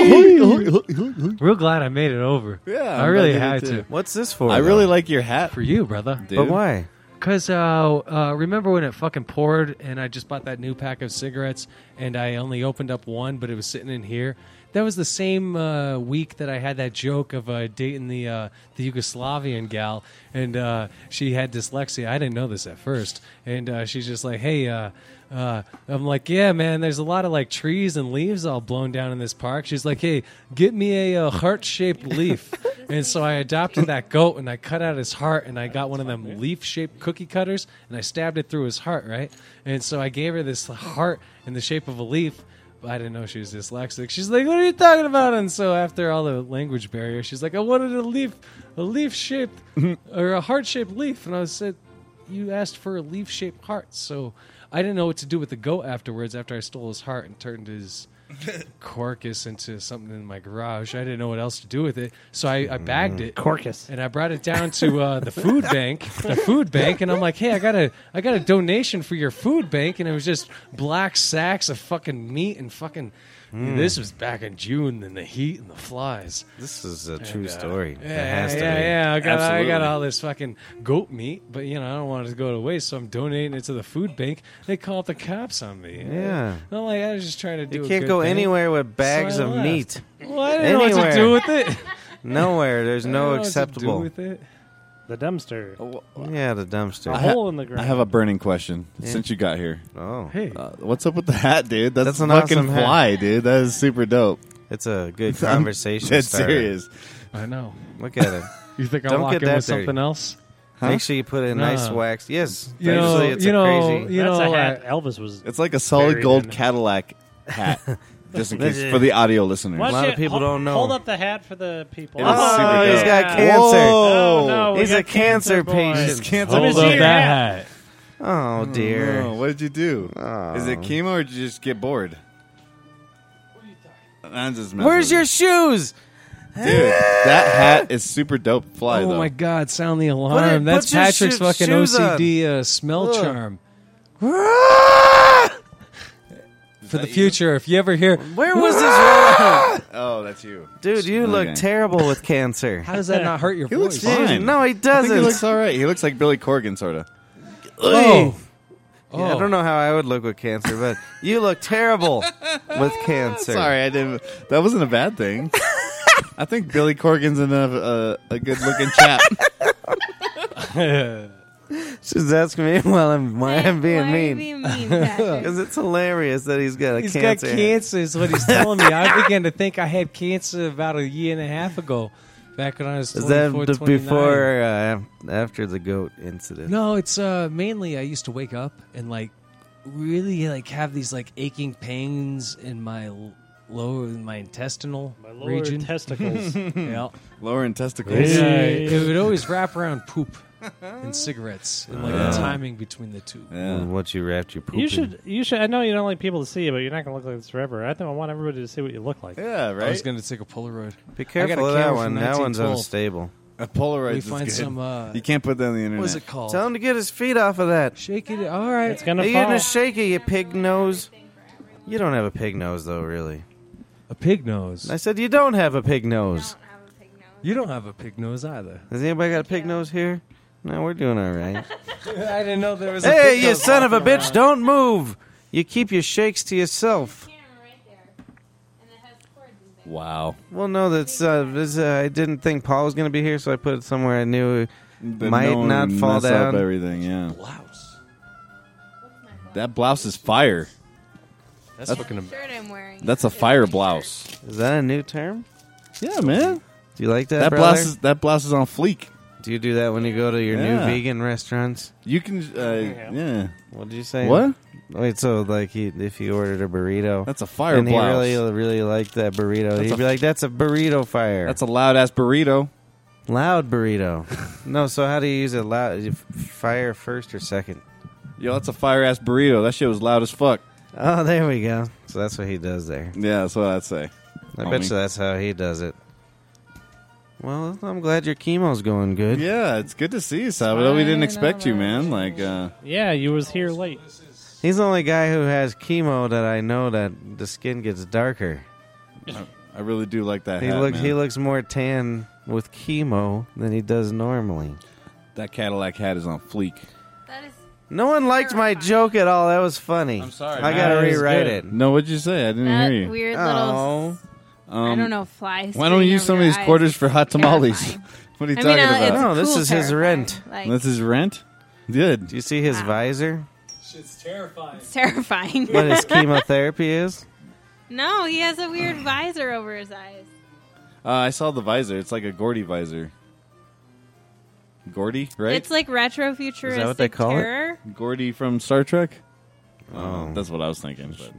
D: <laughs> coma.
G: Real glad I made it over.
D: Yeah,
G: I
D: I'm
G: really
D: glad
G: had
D: you did
G: to.
D: too.
C: <laughs> What's this for?
D: I really
C: though?
D: like your hat,
G: For you, brother.
D: dude.
C: But why?
G: Cause uh, uh, remember when it fucking poured, and I just bought that new pack of cigarettes, and I only opened up one, but it was sitting in here. That was the same uh, week that I had that joke of uh, dating the uh, the Yugoslavian gal, and uh, she had dyslexia. I didn't know this at first, and uh, she's just like, "Hey." Uh, uh, I'm like, yeah, man. There's a lot of like trees and leaves all blown down in this park. She's like, hey, get me a uh, heart shaped leaf. <laughs> and so I adopted that goat and I cut out his heart and I got one of them leaf shaped cookie cutters and I stabbed it through his heart, right? And so I gave her this heart in the shape of a leaf. I didn't know she was dyslexic. She's like, "What are you talking about?" And so after all the language barrier, she's like, "I wanted a leaf, a leaf shaped or a heart shaped leaf," and I said, you asked for a leaf shaped heart, so I didn't know what to do with the goat afterwards after I stole his heart and turned his carcass into something in my garage. I didn't know what else to do with it, so I, I
C: Mm.
G: bagged it.
E: Corcus.
G: And I brought it down to uh, the food bank, the food bank, and I'm like, "Hey, I got a, I got a donation for your food bank," and it was just black sacks of fucking meat and fucking.
C: Mm.
G: This was back in June, and the heat and the flies.
C: This is a true
G: Uh,
C: story.
G: Yeah,
C: it has
G: yeah,
C: to be.
G: yeah. I got, I got
D: Absolutely.
G: all this fucking goat meat, but you know I don't want it to go to waste, so I'm donating it to the food bank. They call up the cops on me.
C: Yeah.
G: I'm like, I was just trying to do.
C: You
G: a
C: can't
G: good
C: go
G: thing.
C: anywhere with bags
G: So I
C: of
G: left.
C: meat.
G: Well, I didn't know what to do
C: Anywhere.
G: with it.
C: Nowhere. There's
G: <laughs> I
C: <laughs>
G: didn't
C: no
G: know what to do
C: acceptable.
G: with it.
E: The dumpster.
C: Yeah, the dumpster.
E: A
D: ha-
E: hole in the ground.
D: I have a burning question since you got here.
C: oh,
G: Hey,
D: Uh, what's up with the hat, dude? That's,
C: That's
D: an
C: an
D: fucking
C: awesome hat.
D: fly, dude. That is super dope.
C: it's a good conversation.
D: That's
C: starter.
D: serious.
G: I know.
C: Look at it.
G: You think
C: Don't
G: I'm
C: get
G: walking
C: that
G: with
C: dirty.
G: something else?
C: Make sure you put a nice
G: Nah.
C: wax. Yes,
G: You know,
C: usually it's
G: you
C: a
G: know,
C: crazy.
G: you know,
E: That's a
G: I-
E: hat. Elvis was.
D: It's like a solid
E: Buried
D: gold
E: in it.
D: Cadillac hat,
C: <laughs>
D: just in
C: That's
D: case
C: it.
D: for the audio listeners.
E: Why
C: A lot
E: don't
C: of
E: you
C: people
E: hol-
C: don't know.
E: Hold up the hat for the people.
D: It is Oh, super
C: he's
D: dope.
C: got cancer.
D: Whoa.
E: Oh, no, we
C: He's
E: got
C: a cancer
E: boy.
C: patient.
D: Cancer
E: Let me
D: boy.
E: see your hat.
G: hat.
C: Oh dear.
D: Oh, what did you do? Is it chemo or did you just get bored? I'm just messing
G: Where's
D: with
G: your shoes?
D: you. dude? That hat is super dope. Fly
G: oh
D: though.
G: my God! Sound the
C: Put it-
G: alarm.
C: put
G: That's
C: your
G: Patrick's
C: sho-
G: fucking
C: shoes on.
G: OCD uh, smell
C: Ugh. <laughs>
G: charm.
C: Where
G: For the future, if you ever hear,
C: was this roll?
D: Oh, that's you.
C: <laughs> Dude, you look
D: Okay.
C: terrible with cancer.
G: how does that not hurt your
D: He looks
G: voice?
D: fine.
C: Dude, no, he
D: I think
C: doesn't.
D: he looks all right. He looks like Billy Corgan, sort of.
G: Oh,
C: Yeah, I don't know how I would look with cancer, but you look terrible with cancer.
D: Sorry, I didn't. That wasn't a bad thing. I think Billy Corgan's enough uh, a good looking chap.
C: She's asking me <laughs> while I'm why I'm
B: Why
C: being
B: are you
C: mean.
B: being mean, Patrick?
C: Because it's hilarious that he's got a
G: He's
C: cancer.
G: got cancer, is what he's telling me.
C: <laughs>
G: I began to think I had cancer about a year and a half ago, back when I was
C: Is that
G: 24,
C: the
G: 29.
C: before or uh, af- after the goat incident?
G: No, it's uh, mainly I used to wake up and like really like have these like aching pains in my l- lower in my intestinal
E: My lower
G: region.
E: testicles.
G: yeah. Uh,
D: Lower in testicles.
G: Hmm.
E: Yeah.
G: it would always wrap around poop and cigarettes and like the timing between the two.
D: Yeah.
C: What you wrapped your poop
E: you
C: in.
E: should. You should. I know you don't like people to see you, but you're not going to look like this forever. I think I want everybody to see what you look like.
D: Yeah,
G: I was
D: right.
G: going to take a Polaroid.
C: Be
G: a
C: careful of that
G: camera
C: one.
G: from
C: That one's
G: 1912.
C: unstable.
D: A Polaroid.
G: We
D: is
G: find
D: good.
G: some. Uh,
D: You can't put that on the internet.
G: what is it called?
C: Tell him to get his feet off of that.
G: Shake it. All right.
E: It's going
C: Are
E: to
C: you gonna
E: fall.
C: shake it, you pig nose? You don't have a pig nose though, really.
G: a pig nose.
C: I said you don't have a pig
B: I
C: nose.
B: don't have a pig nose.
G: You don't have a pig nose either.
C: Has anybody got a pig nose here? No, we're doing all right.
G: <laughs> I didn't know there was. a
C: hey,
G: pig
C: you
G: nose.
C: son of a bitch! Don't move. You keep your shakes to yourself.
B: Camera right there. And it has cords and things.
D: Wow.
C: Well, no, that's uh, this, uh, I didn't think Paul was gonna be here, so I put it somewhere I knew.
D: But
C: Might
D: no one
C: not
D: would
C: fall
D: mess
C: down.
D: Up everything. Yeah.
G: blouse.
D: That blouse is fire.
G: That's, fucking.
B: The shirt I'm wearing.
D: That's a
B: is
D: fire
B: my shirt.
D: blouse.
C: Is that a new term?
D: Yeah, man.
C: Do you like that?
D: That
C: brother?
D: blouse is that blouse is on fleek.
C: Do you do that when you go to your new
D: Yeah.
C: vegan restaurants?
D: You can. Uh, yeah.
C: What did you say?
D: What?
C: Wait, so like he, if you ordered a burrito
D: That's a fire
C: and he
D: blouse.
C: really really liked that burrito,
D: That's
C: he'd
D: a-
C: be like, "That's a burrito fire.
D: That's a loud ass burrito.
C: loud burrito."
D: <laughs>
C: no, so how do you use a loud you f- fire first or second?
D: Yo, that's a fire ass burrito. That shit was loud as fuck.
C: Oh, there we go. So that's what he does there.
D: Yeah, that's what I'd say.
C: I
D: Homie.
C: bet you that's how he does it. Well, I'm glad your chemo's going good.
D: <laughs> Yeah, it's good to see you, Salvador. We didn't expect you, man. Like, uh,
E: Yeah, you was here late.
C: He's the only guy who has chemo that I know that the skin gets darker.
D: I really do like that.
C: He
D: hat,
C: looks
D: man.
C: he looks more tan with chemo than he does normally.
D: That Cadillac hat is on fleek.
B: That is
C: No one liked my joke at all. That was funny.
D: I'm sorry,
C: I
D: man.
C: gotta
E: That was
C: rewrite it.
E: good.
D: No, what'd you say? I didn't
B: that
D: hear you.
B: weird little.
C: Oh,
D: um,
B: I don't know. Flies.
D: Why don't you use some of these quarters for <laughs> hot tamales?
B: Terrifying.
D: what are you
B: I
D: talking
B: mean, uh, it's
D: about?
C: No, this
B: cool
C: is his
B: terrifying.
C: rent.
B: Like,
D: This is rent. Good.
C: do you see his
B: Wow.
C: visor?
G: Shit's terrifying.
B: it's <laughs> terrifying.
C: What
B: <laughs>
C: his chemotherapy is?
B: no, he has a weird visor over his eyes.
D: Uh, I saw the visor. It's like a Gordy visor. Gordy, right?
B: It's like retro futuristic
C: they call it?
B: terror.
D: Gordy from Star Trek. Uh,
C: Oh.
D: That's what I was thinking. but-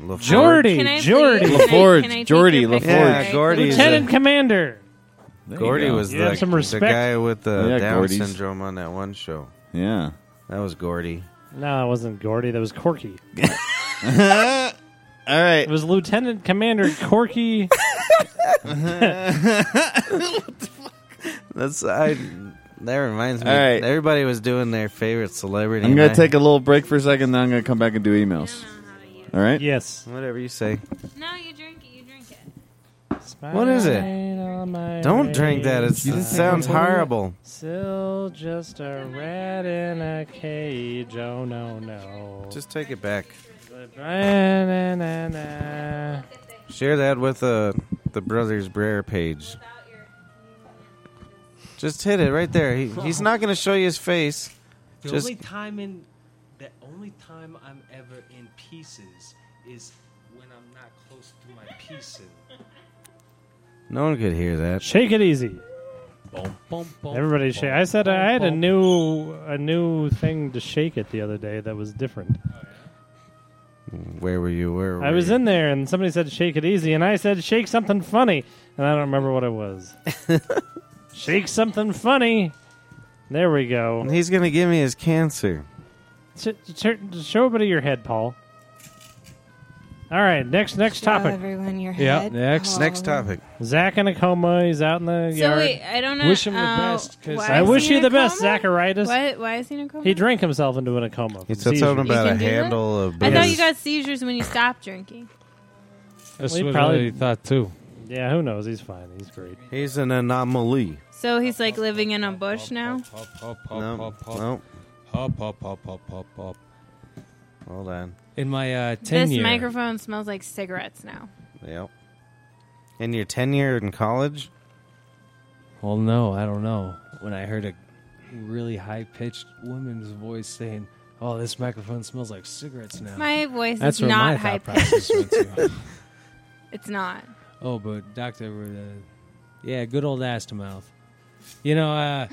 C: LaForge?
E: Jordy,
B: Can I please-
E: Jordy,
B: can I-
D: LaForge,
B: can I take
D: Jordy,
B: your picture?
C: LaForge.
B: Okay.
C: Yeah, Gordy is
E: Lieutenant Commander.
D: There you
C: Gordy
D: go.
C: was
E: You
C: the,
E: have some
C: the
E: respect.
C: guy with the
D: Yeah,
C: Down
D: Gordy's.
C: syndrome on that one show.
D: Yeah.
C: That was Gordy.
E: No, it wasn't Gordy. That was Corky.
D: All right.
E: It was Lieutenant Commander Corky.
C: That's I. That reminds me.
D: All right.
C: Everybody was doing their favorite celebrity.
D: I'm
C: and
D: going
C: I-
D: to take a little break for a second, then I'm going to come back and do emails.
B: I don't know how to use
D: All right?
E: <laughs> yes.
C: whatever you say.
B: it. No, you drink it. You drink it.
E: What
C: is it? Don't drink that. It's,
E: It's
C: it sounds horrible.
E: Still just a rat in a cage. Oh no no.
C: Just take it back.
E: Na-na-na-na.
C: Share that with uh, the Brothers Brer page. Just hit it right there. He, he's not going to show you his face.
G: The
C: Just-
G: only time in the only time I'm ever in pieces is when I'm not close to my pieces.
C: No one could hear that.
E: Shake it easy.
G: Boom, boom, boom,
E: Everybody
G: boom,
E: shake. I said I had a
G: boom.
E: new a new thing to shake it the other day that was different.
C: Where were you? Where were
E: I was
C: you?
E: in there and somebody said shake it easy and I said shake something funny and I don't remember what it was. shake something funny. There we go.
C: He's going to give me his cancer.
E: S- tur- show a bit of your head, Paul. All right, next next
B: Show
E: topic.
B: everyone your
G: Yeah,
B: head.
G: next-
C: Next topic.
E: Zach in a coma. He's out in the
B: So
E: yard.
B: wait, I don't know.
G: Wish him the
B: uh,
G: best, 'cause
B: why
E: I
B: is
E: wish
B: he
E: you
B: in a
E: the best,
B: coma?
E: Zacharitis.
B: Why, why is he in a coma?
E: He drank himself into a coma. from
C: He said something
E: seizures.
C: about a
B: can do that?
C: handle of
B: I
C: beer.
B: thought you got seizures when you stopped drinking.
G: That's
E: We
G: what
E: probably-
G: I thought too.
E: Yeah, who knows? He's fine. He's great.
C: He's an anomaly.
B: So he's like living in a bush now.
G: Hop, hop, hop,
C: No,
G: hop, hop,
C: no.
G: hop, hop, hop, hop, hop, hop.
C: Hold on.
G: In my uh, ten
B: This
G: year,
B: microphone smells like cigarettes now.
C: Yep. In your tenure in college,
G: Well, no, I don't know. When I heard a really high pitched woman's voice saying, "Oh, this microphone smells like cigarettes now,"
B: My voice
G: that's
B: is
G: where
B: not
G: my
B: high
G: thought process went to.
B: It's not.
G: Oh, but doctor, uh, yeah, good old ass to mouth. You know, uh,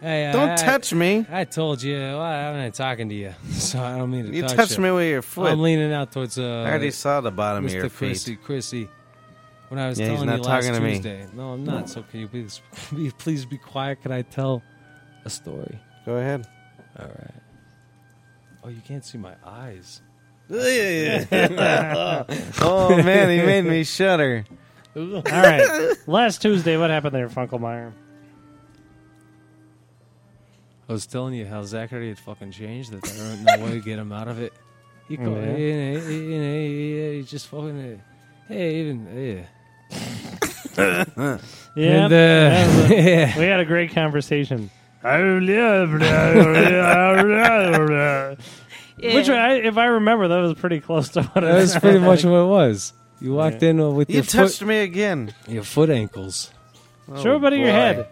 G: hey, uh,
C: don't
G: I,
C: touch me.
G: I told you, well, I'm not talking to you, <laughs> so I don't mean to
C: You
G: touch
C: touched
G: you.
C: me with your
G: I'm
C: foot.
G: leaning out towards uh,
C: I already saw the bottom of your
G: Mr. Chrissy,
C: feet.
G: Chrissy. When I was
C: Yeah, he's
G: telling
C: not
G: you last
C: talking to me.
G: Tuesday, no, I'm not. So can you please, <laughs> be- please be quiet? Can I tell a story?
C: Go <laughs> ahead.
G: All right. Oh, you can't see my eyes.
C: <laughs> oh man, he made me shudder.
E: All right. Last Tuesday, what happened there, Funkelmeyer?
G: I was telling you how Zachary had fucking changed. That there ain't no way to get him out of it. He,
C: Oh,
G: co-
E: Yeah.
G: you know, he- you know, he- he just fucking. Uh, hey, even yeah.
E: Yeah.
G: And, uh, <laughs> yeah.
E: we had a great conversation. Which
B: Yeah.
E: I, if I remember, that was pretty close to what it
G: That's pretty much what it was. You walked in uh, with
C: You
G: your
C: touched
G: foot,
C: me again.
G: your foot ankles.
C: Oh,
E: Show about your
C: boy.
E: head.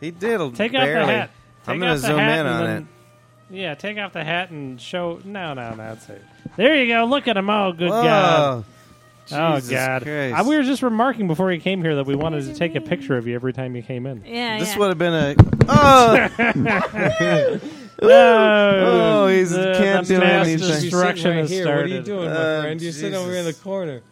C: He did.
E: Take
C: barely.
E: off the hat. Take
C: I'm gonna
E: off the
C: zoom
E: hat
C: in
E: and
C: on
E: then- Yeah, take off the hat and show. No, no, no. That's it. There you go. Look at him. Oh, good
C: Whoa.
E: God.
C: Jesus
E: oh, God.
C: Christ.
E: I, we were just remarking before he came here that we wanted to take a picture of you every time you came in.
B: Yeah,
C: This
B: yeah.
C: would have
E: <laughs>
C: been a. Oh,
E: Oh,
C: Oh, he's- can't do
E: mass
C: anything. Just
E: destruction has started.
G: What are you doing,
C: Oh,
G: my friend? You're sitting over here in the
C: Jesus.
G: corner.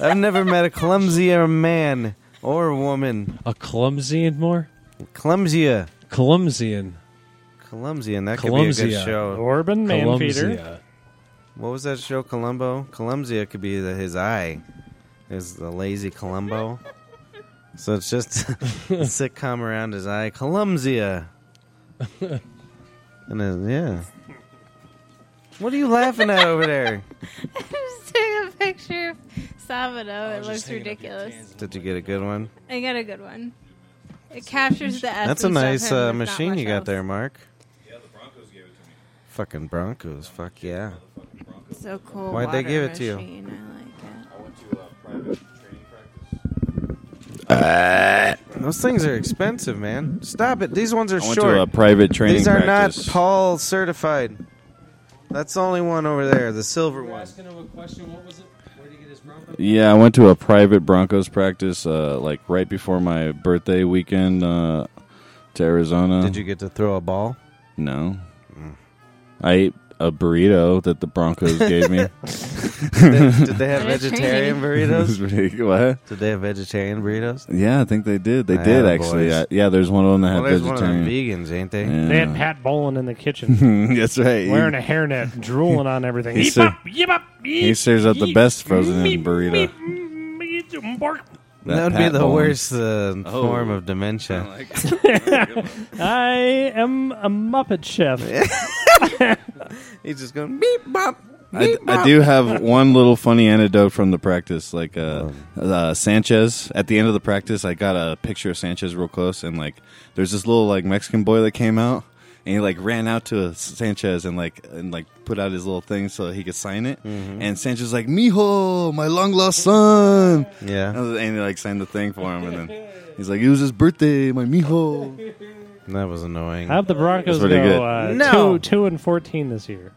C: I've never met a clumsier man or woman.
G: A clumsy and more
C: Clumsier,
G: clumsy and
C: clumsy, and that could be a
G: Clumsier.
C: good show.
E: Orban Manfeeder.
G: Clumsia.
C: What was that show, Columbo? Clumsier could be the, his eye. Is the lazy Columbo? So it's just <laughs> a sitcom around his eye. Clumsier. and then, yeah. What are you laughing at over there?
B: <laughs> just took a picture of
D: Oh,
B: Sabado. It looks ridiculous.
C: Did you get a good one?
B: I got a good one. It captures the essence.
C: That's a nice
B: of him,
C: uh,
B: if not
C: machine
B: much
C: you got
B: else.
C: there, Mark. Yeah, the Broncos gave it to me. Fucking Broncos, fuck yeah.
B: So cool.
C: Why'd they
B: water
C: give it to you?
B: machine. I like it.
C: Those things are expensive, man. Stop it. These ones are
D: I went
C: short.
D: to a private training
C: These are
D: practice.
C: not Paul certified. That's the only one over there, the silver one.
G: him a question. What was it? Where did he get his from?
D: Yeah, I went to a private Broncos practice, uh, like right before my birthday weekend uh, to Arizona.
C: Did Mm. you get to throw a ball?
D: No, I ate a burrito that the Broncos gave me.
C: <laughs>
D: <laughs>
C: Did, did they have
B: They're
C: vegetarian
D: It was
C: burritos?
D: pretty- what?
C: <laughs> Did they have vegetarian burritos?
D: Yeah, I think they did. They
C: Ah,
D: did actually.
C: boys.
D: I, yeah, there's one of them that
C: Well,
D: had
C: there's one of
D: vegetarian.
C: them vegans, ain't they?
E: They had
D: Yeah.
E: Pat Bolin in the kitchen
D: <laughs> That's right.
E: wearing
D: He,
E: a
D: <laughs>
E: hairnet, drooling on everything.
D: He
E: Yeep
D: said-
E: up, yeep up,
D: he
E: yeep,
D: serves out the
E: yeep,
D: best frozen
E: meep,
D: in burrito.
E: meep, meep, meep, bark.
C: That would be
D: Pat
C: the
D: Bowlen.
C: worst uh,
D: Oh.
C: form of dementia.
E: I am a Muppet
D: <laughs>
E: Chef.
C: <laughs> He's just going beep bop.
D: I, I do have one little funny anecdote from the practice. Like uh, uh, Sanchez, at the end of the practice, I got a picture of Sanchez real close, and like there's this little like Mexican boy that came out, and he like ran out to uh, Sanchez and like and like put out his little thing so he could sign it. And Sanchez was like, "Mijo, my long lost son,"
C: Yeah, <laughs>
D: and they like signed the thing for him, and then he's like, "It was his birthday, my mijo."
C: that was annoying.
E: How'd the Broncos
D: That's pretty
E: go?
D: good.
E: Uh, two,
C: No.
E: two and fourteen this year.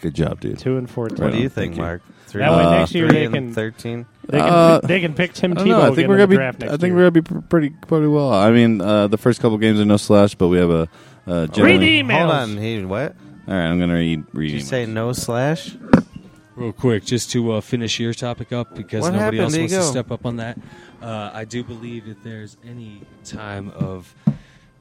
D: Good job, dude.
E: Two and fourteen.
C: What do you
D: Right on, thank
C: think,
D: you.
C: Mark? Three,
E: That way next year
C: three
E: they
C: and
E: can-
C: thirteen.
E: They can,
D: Uh,
E: they can pick Tim
D: I
E: Tebow.
D: don't know. I think
E: gonna
D: we're gonna be.
E: Draft next
D: I think
E: year.
D: we're gonna be pr- pretty pretty well. I mean, uh, the first couple games are no slash, but we have a. Uh,
E: Read
D: generally-
E: emails.
C: Hold on, he what?
D: All right, I'm gonna read. read
C: Did you
D: emails.
C: say no slash?
G: Real quick, just to uh, finish your topic up because
C: What
G: nobody
C: happened?
G: else
C: There you
G: wants to
C: go.
G: step up on that. Uh, I do believe if there's any time of,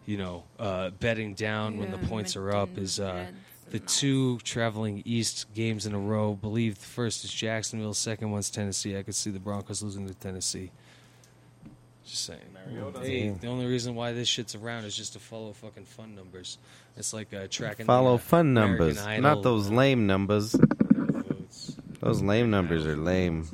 G: you know, uh, betting down when the
B: Yeah,
G: points are up
B: Madden,
G: is uh,
B: Reds.
G: the two traveling east games in a row. Believe the first is Jacksonville, second one's Tennessee. I could see the Broncos losing to Tennessee. Just saying. Hey, the only reason why this shit's around is just to follow fucking fun numbers. It's like uh, tracking. the,
C: Follow
G: uh,
C: fun
G: American
C: numbers,
G: Idol.
C: not those lame numbers. Those lame numbers are lame.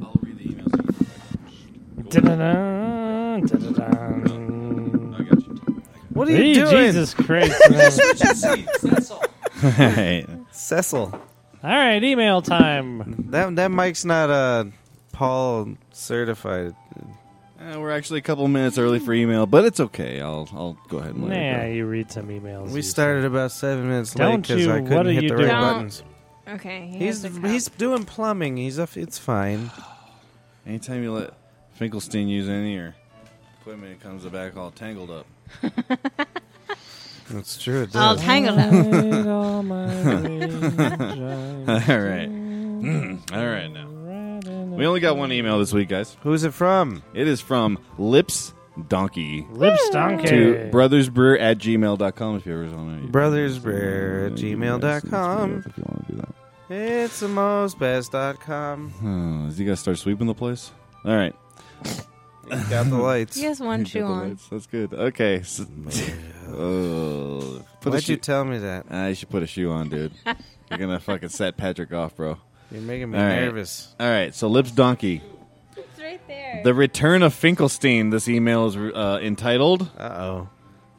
H: I'll read the emails.
E: Da-da-da, da-da-da.
H: I got you.
C: What are
E: Hey,
C: you doing,
E: Jesus Christ.
D: <laughs>
C: Cecil?
E: All right, email time.
C: That that mic's not uh Paul certified.
D: Uh, we're actually a couple minutes early for email, but it's okay. I'll I'll go ahead and let
E: Nah,
D: it
E: you read some emails.
C: We started about seven minutes late
E: Don't
C: because
E: you-
C: I
E: what
C: couldn't
E: are
C: hit
E: you
C: the
E: doing?
C: right
B: Don't-
C: buttons.
B: Okay. he
C: He's
B: has his
C: he's doing plumbing. He's a, it's fine.
D: go. Anytime you let Finkelstein use any or equipment, it comes back all tangled up. <laughs>
C: That's true. It
B: I'll
C: does.
B: tangle
C: <laughs>
B: them.
E: all my
D: all right, <clears throat> all right. Now we only got one email this week, guys.
C: Who's it from?
D: It is from Lips Donkey to
E: Lipstonky.
D: brothersbrewer at gmail.com if you ever want to.
C: Brothersbrewer at gmail.com.
D: If you want to do that.
C: It's the most best dot com.
D: Oh, is he got to start sweeping the place? All right.
C: Got the lights.
B: He has one shoe on.
D: That's good. Okay. so- <laughs> oh, put a
C: Why'd
D: shoe.
C: you tell me that?
D: I should put a shoe on, dude. You're gonna fucking set Patrick off, bro.
C: You're making me
D: All right.
C: nervous.
D: All right. So lips donkey.
B: It's right there.
D: The return of Finkelstein. This email is uh, entitled.
C: Uh oh.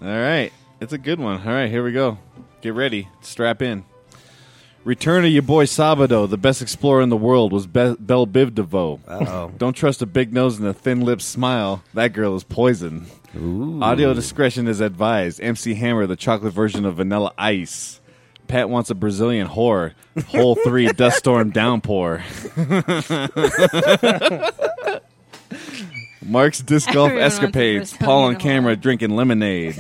D: All right. It's a good one. All right, here we go. Get ready. Strap in. Return of your boy Sabado, the best explorer in the world, was Be- Belle Biv DeVoe.
C: Uh
D: <laughs> Don't trust a big nose and a thin lipped smile. That girl is poison.
C: oh. Ooh.
D: Audio discretion is advised. MC Hammer, the chocolate version of Vanilla Ice. Pat wants a Brazilian whore.
C: <laughs>
D: Hole three, dust storm downpour. Mark's disc golf
B: Everyone wants a
D: escapades.
B: Brazilian
D: Paul on
B: whore.
D: camera drinking
C: <laughs>
D: lemonade.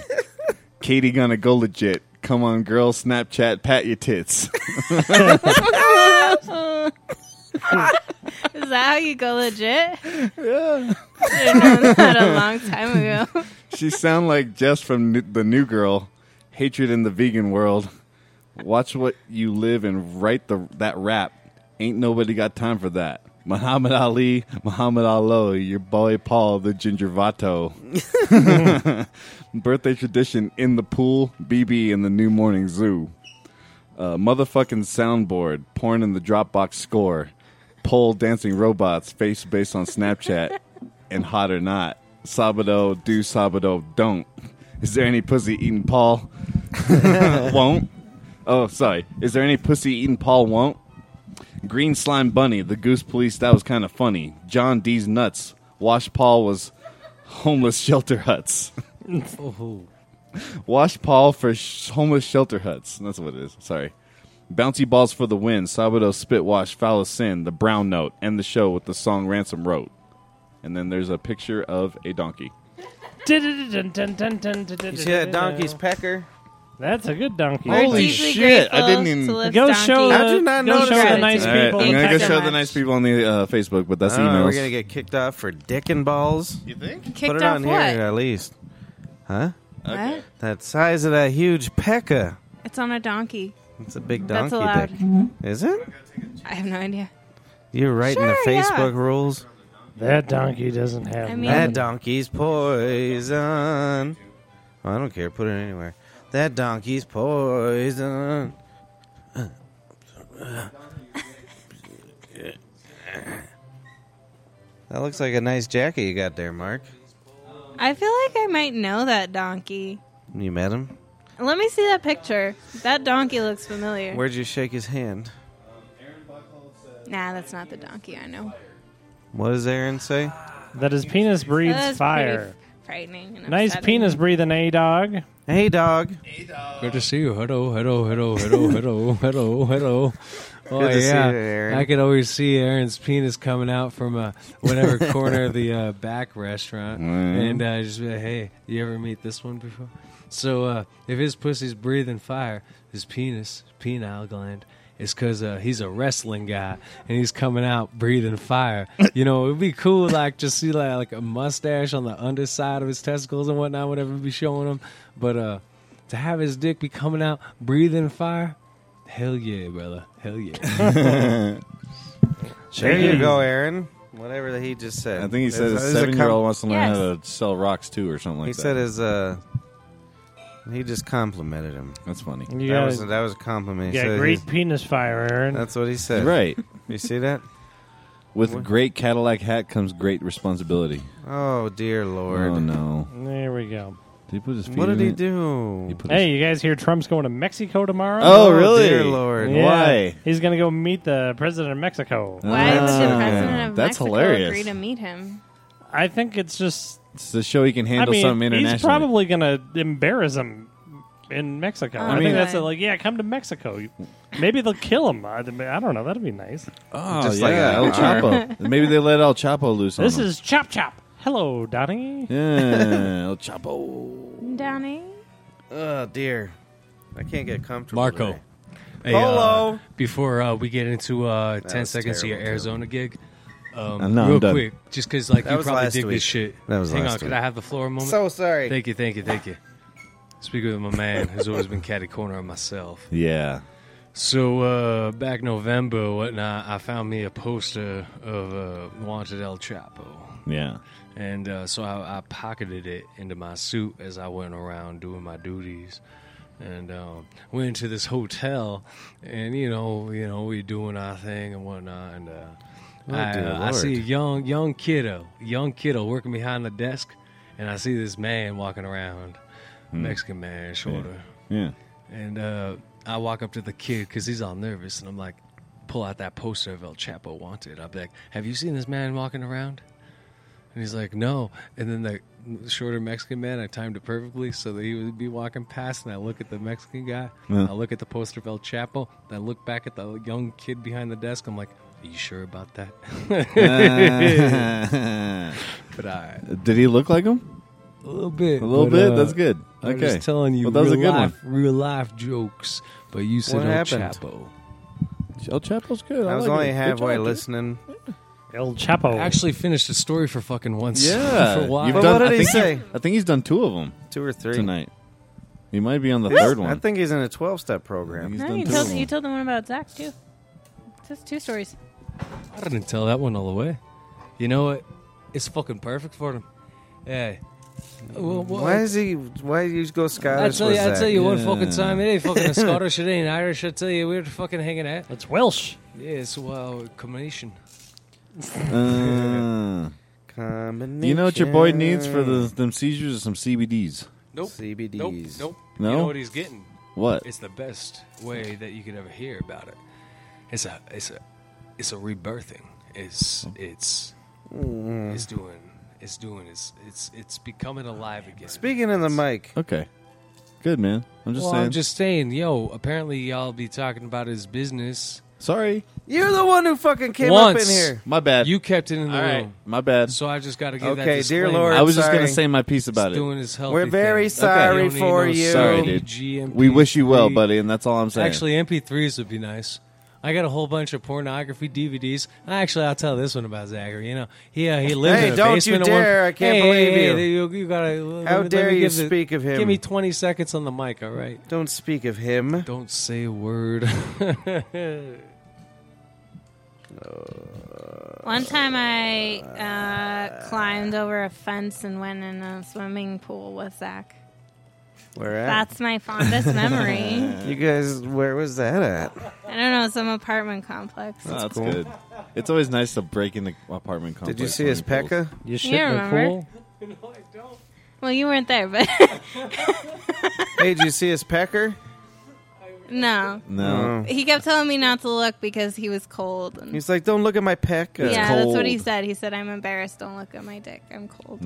D: Katie gonna go legit. Come on, girl. Snapchat, pat your tits.
B: Is that how you go <laughs>
D: <laughs>
B: legit? Yeah. Should have known that a long time
D: <laughs>
B: ago.
D: she sound like Jess from New- the New Girl, Hatred in the Vegan World. Watch what you live and write the that rap. Ain't nobody got time for that. Muhammad Ali, Muhammad Alo, your boy Paul, the ginger vato. <laughs> Birthday tradition in the pool, BB in the new morning zoo. Uh, motherfucking soundboard, porn in the Dropbox score, pole dancing robots, face based on Snapchat, and hot or not. Sabado, do Sabado, don't. Is there any pussy eating Paul? won't. Oh, sorry. Is there any pussy eating Paul won't? Green Slime Bunny, the Goose Police, that was kind of funny. John D's Nuts, Wash Paul was homeless shelter huts. Wash Paul for sh- homeless shelter huts. That's what it is. Sorry. Bouncy balls for the win. Sabado spit wash foul sin. The brown note. End the show with the song ransom wrote. And then there's a picture of a donkey.
C: You see
E: <laughs>
C: that donkey's pecker?
E: That's a good donkey.
B: We're
D: Holy
B: deeply
D: shit, I
B: grateful
D: didn't even-
B: to Lips
E: Go
B: Donkey.
E: show
C: I
E: the,
C: did not
E: go
C: notice
E: show
C: that.
E: the nice
D: All right,
E: people.
D: I'm
B: Thank
D: gonna
B: you
D: go
B: so
D: show the
B: much.
D: nice people on the uh, Facebook, but that's
C: Oh,
D: emails.
C: we're gonna get kicked off for dicking balls.
D: you think?
C: Put
B: Kicked
C: it
B: off
C: on
B: what?
C: here at least, huh?
B: What?
C: That size of that huge pecker.
B: It's on a donkey.
C: It's a big
B: That's
C: donkey
B: allowed.
C: dick, is it?
B: I have no idea.
C: You're writing the
B: Sure, yeah.
C: Facebook rules.
E: That donkey doesn't have.
B: I mean-
E: nothing.
C: That donkey's poison. I don't care. Put it anywhere. That donkey's poison. That looks like a nice jacket you got there, Mark.
B: I feel like I might know that donkey.
C: You met him?
B: Let me see that picture. That donkey looks familiar.
C: Where'd you shake his hand?
B: nah, that's not the donkey I know.
C: What does Aaron say?
E: that his penis breathes
B: That's
E: fire.
B: pretty f- frightening. and
E: Nice
B: upsetting.
E: penis breathing, a dog.
C: Hey, dog.
G: Good to see you. Hello, hello, hello, hello, <laughs> hello, hello, hello. Oh
C: Good to see
G: yeah,
C: you, Aaron.
G: I could always see Aaron's penis coming out from uh, whatever corner of the uh, back restaurant, and uh, just be like, hey, you ever meet this one before? So uh, if his pussy's breathing fire, his penis, penile gland. is because uh, he's a wrestling guy and he's coming out breathing <laughs> fire. You know, it'd be cool, like just see like, like a mustache on the underside of his testicles and whatnot, whatever, be showing him. But uh, to have his dick be coming out breathing fire. Hell yeah, brother. Hell yeah.
C: There you go, Aaron. Whatever that he just said.
D: I think he
C: There's-
D: said a
C: there's a
D: seven year
C: com-
D: old wants to learn
B: Yes.
D: how to sell rocks too, or something like
C: He
D: that.
C: said his. Uh, he just complimented him.
D: That's funny.
E: You
C: that
E: got,
C: was that was a compliment. He
E: yeah,
C: said
E: great
C: he's-
E: penis fire, Aaron.
C: That's what he said.
D: Right.
C: You see that?
D: With
C: What?
D: great Cadillac hat comes great responsibility.
C: Oh dear lord!
D: Oh no!
E: there we go.
D: Did he put his feet
C: What did he
D: in it?
C: do?
D: He put his-
E: Hey, you guys hear Trump's going to Mexico tomorrow?
D: Oh, really?
C: dear lord!
E: Yeah.
D: Why?
E: He's going to go meet the president of Mexico.
B: Why would the
D: Ah,
B: president of
D: that's
B: Mexico
D: hilarious.
B: agree to meet him?
E: I think it's just.
D: It's to show he can handle
E: I mean,
D: something internationally.
E: he's probably going to embarrass him in Mexico. I,
D: mean-
E: think that's it. Like, yeah, come to Mexico. You- Maybe they'll kill him. I, I don't know. That'd be nice.
D: oh,
C: Just
D: yeah,
C: like a-
D: El Chapo. <laughs> Maybe they let El Chapo loose.
E: This
D: on him.
E: is Chop Chop. Hello, Donnie.
D: yeah, El Chapo.
B: Downey?
C: Oh dear! I can't get comfortable.
G: Marco.
C: today.
G: Hey, uh,
C: Hello.
G: <laughs> before uh, we get into uh, 10
C: was
G: seconds to your
C: terrible,
G: Arizona gig,
D: I'm
G: <laughs> um,
D: not- I'm
G: real
D: done.
G: quick, just because like,
C: That
G: you
C: was
G: probably
C: last
G: dig
C: week.
G: this shit.
C: That was
G: Hang
C: last
G: on, could
C: week.
G: I have the floor a moment?
C: So sorry.
G: Thank you, thank you, thank you. Speaking with my man who's always been catty corner on myself.
D: Yeah.
G: So uh, back November, or whatnot, I found me a poster of uh, Wanted El Chapo,
D: Yeah.
G: and uh, so I, I pocketed it into my suit as I went around doing my duties, and um, went to this hotel, and you know, you know, we doing our thing and whatnot, and uh,
C: Oh,
G: I,
C: dear
G: uh, I see a
C: Lord.
G: young young kiddo, young kiddo working behind the desk, and I see this man walking around,
C: Hmm.
G: Mexican man, shorter. <laughs>
D: Yeah. <laughs>
G: And uh, I walk up to the kid because he's all nervous, and I'm like, pull out that poster of El Chapo Wanted. I'm like, have you seen this man walking around? And he's like, no. And then the shorter Mexican man, I timed it perfectly so that he would be walking past, and I look at the Mexican guy,
D: Yeah.
G: I look at the poster of El Chapo, then I look back at the young kid behind the desk. I'm like, are you sure about that? <laughs>
D: Uh,
G: but I,
D: did he look like him?
G: a little bit.
D: A little
G: but,
D: bit.
G: uh,
D: That's good.
G: I'm
D: okay.
G: just telling you,
D: Well, that was a
G: real
D: good
G: life, real life jokes. But you said
C: What
G: El
C: happened?
G: Chapo.
D: one. El Chapo's good.
C: I was
D: like
C: only
D: it. Good
C: halfway
D: job, dude.
C: listening.
E: El Chapo.
G: actually finished a story for fucking once.
D: Yeah.
G: for a while.
D: You've
C: But
D: done-
C: what did he
D: I think
C: say?
D: he's- I think he's done two of them
C: Two or three
D: tonight. He might be on the
C: He's-
D: third one.
C: I think he's in a twelve-step
D: I think
C: program.
D: he's
B: No,
D: done
B: you
D: two of
B: told,
D: 'em.
B: you told the one about Zach, too. Just two stories.
G: I didn't tell that one all the way. You know what? It's fucking perfect for them. Yeah. Well, well,
C: Why is he? Why do you go
G: I
C: Scottish?
G: tell
C: with
G: you, I
C: Zach?
G: tell you one
D: Yeah.
G: fucking time. It
D: <laughs>
G: ain't fucking Scottish. It ain't Irish. I tell you, we were fucking hanging out.
E: it's Welsh.
G: Yeah, it's a wild combination.
D: Uh,
C: Combination.
D: you know what your boy needs for the, them seizures? Is Some CBDs.
G: Nope.
C: CBDs.
G: Nope. Nope.
D: No?
G: You know what he's getting?
D: What?
G: It's the best way that you could ever hear about it. It's a, it's a, it's a rebirthing. It's, it's,
C: Mm-hmm.
G: it's doing, it's doing, it's, it's, it's becoming alive again.
C: Speaking in the mic.
D: Okay. Good man. I'm just
G: well,
D: saying.
G: I'm just saying, yo. Apparently, y'all be talking about his business.
D: Sorry.
C: You're the one who fucking came up
G: Once.
C: in here.
D: My bad.
G: You kept it in the
D: All right.
G: room,
D: My bad.
G: so I just got to give that.
C: Okay, dear
G: disclaimer.
C: Lord,
D: I was just
C: sorry.
D: gonna say my piece about
G: He's
D: it.
G: doing his healthy
C: We're very
G: thing.
C: sorry
G: You don't need
C: for
G: no
C: you.
D: Sorry, dude.
G: CGMP.
D: We wish you well, buddy, and that's all I'm saying.
G: Actually, MP3s would be nice. I got a whole bunch of pornography DVDs. Actually, I'll tell this one about Zachary. You know, he uh, he lived
C: Hey,
G: in a
C: don't you
G: basement. at one-
C: dare. I can't
G: Hey,
C: believe
G: hey,
C: you.
G: hey, you. you gotta, let
C: How
G: me- let
C: dare
G: me
C: you
G: give the-
C: speak of him.
G: Give me twenty seconds on the mic, all right?
C: Don't speak of him.
G: Don't say a word. <laughs>
B: One time I uh, climbed over a fence and went in a swimming pool with Zach.
C: Where at?
B: That's my fondest memory.
D: <laughs>
C: You guys, where was that at?
B: I don't know, some apartment complex.
D: Oh, that's
C: cool.
D: good. It's always nice to break in the apartment complex.
C: Did you see
D: when
C: his
D: he pulls.
C: Pekka?
E: You shit
B: Yeah,
E: in the
B: remember?
E: pool?
C: <laughs>
B: Well, you weren't there, but <laughs>
C: Hey, did you see his pecker?
B: no.
D: No.
B: He kept telling me not to look because he was cold. And
C: He's like, don't look at my pecker.
B: yeah, that's what he
D: cold. Mm,
B: said. He said, "I'm embarrassed. Don't look at my dick. I'm cold."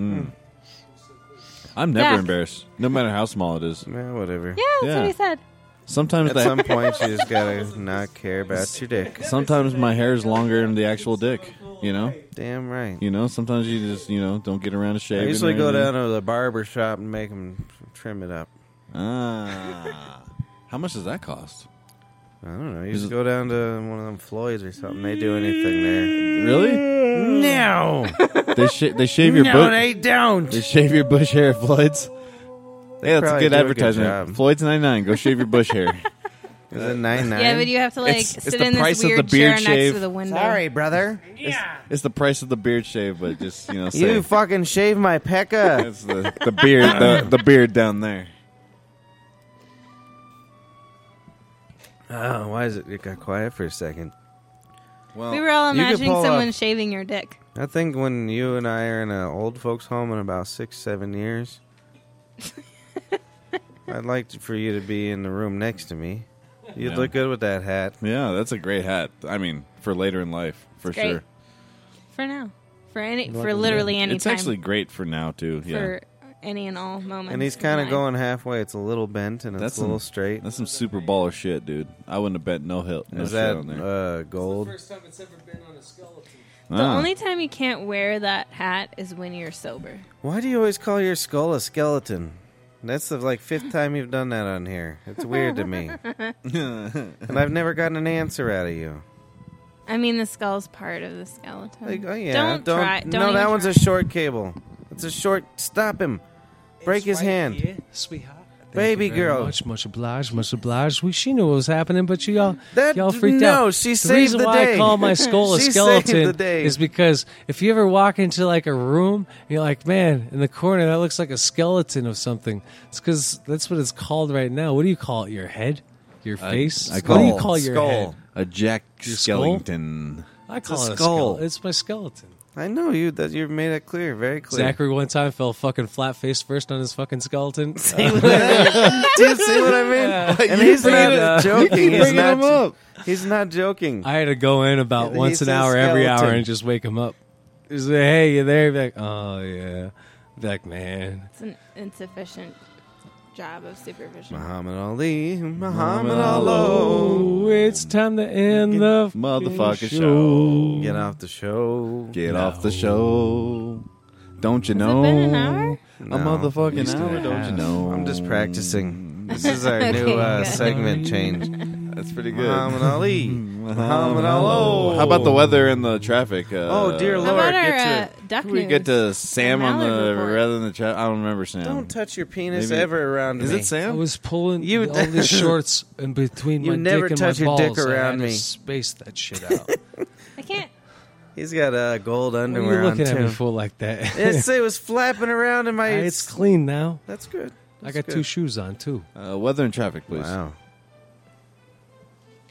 D: I'm never
B: Zach.
D: embarrassed, no matter how small it is.
C: Yeah, whatever.
B: Yeah, that's
D: Yeah.
B: what he said.
D: Sometimes
C: At
D: that.
C: some point, you just gotta not care about your dick.
D: <laughs> sometimes my hair is longer than the actual dick. You know.
C: Damn right.
D: You know. Sometimes you just you know don't get around
C: I
D: to shaving.
C: usually
D: or
C: go
D: anything.
C: down to the barber shop and make him trim it up.
D: Ah. How much does that cost?
C: I don't know. You
D: Is
C: just
D: it-
C: go down to one of them Floyd's or something. They do anything there.
D: Really?
C: No, <laughs>
D: they sh- they shave your bush.
C: don't.
D: They shave your bush hair, Bloods.
C: They
D: yeah, that's a
C: probably
D: good
C: do
D: advertisement.
C: job.
D: Floyd's 99. Go shave your bush hair.
C: Is it nine nine?
B: Yeah, but you have to like
D: It's- it's
B: sit
D: the
B: in
D: price
B: this
D: of the
B: weird
D: beard
B: chair
D: shave.
B: next to the window.
C: Sorry, brother.
D: It's the price of the beard shave, but just you know, say,
C: You fucking shaved my
D: <laughs>
C: pekka.
D: it's the, the beard, the, the beard down there.
C: oh, why is it? It got quiet for a second.
D: Well,
B: We were all
C: You could
B: imagining
C: pull
B: someone
C: up-
B: shaving your dick.
C: I think when you and I are in an old folks' home in about six, seven years, I'd like to, for you to be in the room next to me. You'd
D: Yeah.
C: look good with that hat.
D: yeah, that's a great hat. I mean, for later in life, for
B: great.
D: sure.
B: For now, for any, for literally any
D: it's
B: time,
D: actually great for now too. yeah,
B: for any and all moments.
C: And he's kind
B: in life.
C: of going halfway. It's a little bent and it's
D: That's
C: a little
D: some-
C: straight.
D: that's some super baller shit, dude. I wouldn't have bet no help. No
C: Is
D: shit
C: that
D: on there.
C: uh, gold?
G: time it's ever been on a skeleton.
B: The
D: Ah.
B: only time you can't wear that hat is when you're sober.
C: Why do you always call your skull a skeleton? That's the like fifth time you've done that on here. It's weird to me, and I've never gotten an answer out of you.
B: I mean, the skull's part of the skeleton.
C: Like, oh yeah,
B: don't, try. Don't
C: no,
B: even
C: that one's
B: try.
C: a short cable. It's a short. Stop him. Break his hand.
G: sweetheart.
C: Baby girl.
G: much, much obliged, much obliged. We, she knew what was happening, but you all,
C: That-
G: y'all freaked out.
C: no, she
G: the
C: saved
G: reason
C: the
G: why
C: day.
G: I
C: <laughs>
G: call my skull a
C: She saved
G: skeleton
C: the day.
G: is because if you ever walk into like a room, and you're like, man, in the corner that looks like a skeleton of something. It's because that's what it's called right now. What do you call it? Your head, your face.
D: I
G: what do you
D: call-
G: call your
C: skull.
G: head?
D: a Jack
G: Your skull?
D: Skellington.
G: I call
C: a
G: it
C: skull.
G: a skull. It's my skeleton.
C: I know you. That you've made it clear, very clear.
G: Zachary one time fell fucking flat face first on his
C: <laughs>
G: fucking skeleton.
C: Do you see what I
G: <laughs>
C: mean? and he's
G: bring
C: not
G: it up.
C: joking. He's
D: bringing
C: not.
D: him up.
C: He's not joking.
G: I had to go in about
C: Yeah,
G: once
C: he's
G: an
C: a
G: hour, every hour,
C: skeleton.
G: and just wake him up. He's like, "Hey, you there?" He'd be like, "Oh yeah." I'd be like, "Man,
B: It's an insufficient job of supervision.
D: Uh-huh.
C: Muhammad Ali, Muhammad Allah.
G: hello, it's time to end the
D: Motherfucker show.
G: show.
C: Get off the show.
D: Get off the show. Don't you know?
B: been an hour?
D: A
C: No.
D: motherfucking
G: Used to
D: hour,
G: it
D: don't you
G: has.
D: know?
C: I'm just practicing. This
B: <laughs>
C: is our new
B: Okay,
C: uh,
B: good.
C: segment change.
D: <laughs> That's pretty good.
C: Muhammad Ali.
G: <laughs>
C: Muhammad
D: How
C: Allah.
D: about the weather and the traffic? Uh,
C: Oh, dear
B: How
C: Lord.
B: about our uh,
C: get to
B: duck
D: Can we
B: news?
D: get to Sam on
B: Mallard
D: the
B: report.
D: rather than the chat? I don't remember Sam.
C: Don't touch your penis
D: Maybe-
C: ever around
D: Is
C: me.
D: it
G: I
D: Sam?
G: was pulling
C: You- <laughs>
G: all the shorts in between
C: You
G: my
C: never
G: dick and
C: touch
G: my
C: your
G: balls.
C: dick
G: I
C: around
G: had to
C: me.
G: space
C: <laughs>
G: that shit out.
B: I can't.
C: He's got uh, gold
G: Why are
C: underwear
G: you
C: on
G: looking at me
C: too.
G: for like that?
C: It's, it was flapping around in my.
G: it's clean now.
C: That's good.
G: I
C: That's
G: got
C: good.
G: two shoes on too.
D: Uh, weather and traffic, please.
C: Wow.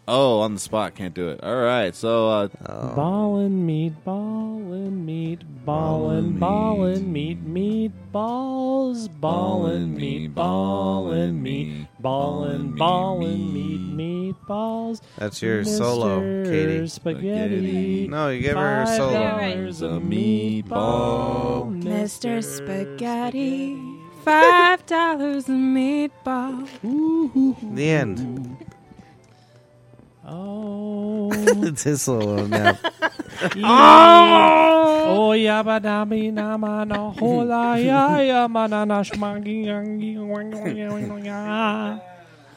D: Oh, on the spot, can't do it. All right, so uh,
C: Uh-huh.
G: Oh. Ballin' meat, ballin' meat,
D: Ballin'
G: ballin', ballin' meat, meat balls,
D: Ballin'
G: ballin'
D: meat,
G: meat,
D: ballin'
G: ballin'
D: meat,
G: meat,
D: ballin'
G: ballin', ballin'
D: meat,
G: meat, meat balls.
C: That's your solo,
G: Mr.
C: Katie.
G: Spaghetti.
C: No, you give her a
G: Five
C: solo.
B: Yeah, right.
G: dollars
D: A
G: a
D: meatball.
G: meatball,
B: Mr. Spaghetti, five dollars a meatball.
C: The end.
G: <laughs> Oh,
C: <laughs> it's his solo
G: <laughs>
C: now.
G: oh, yabba dabby nama na hola ya ya manana shmagi yangi wang wang wang wang ya.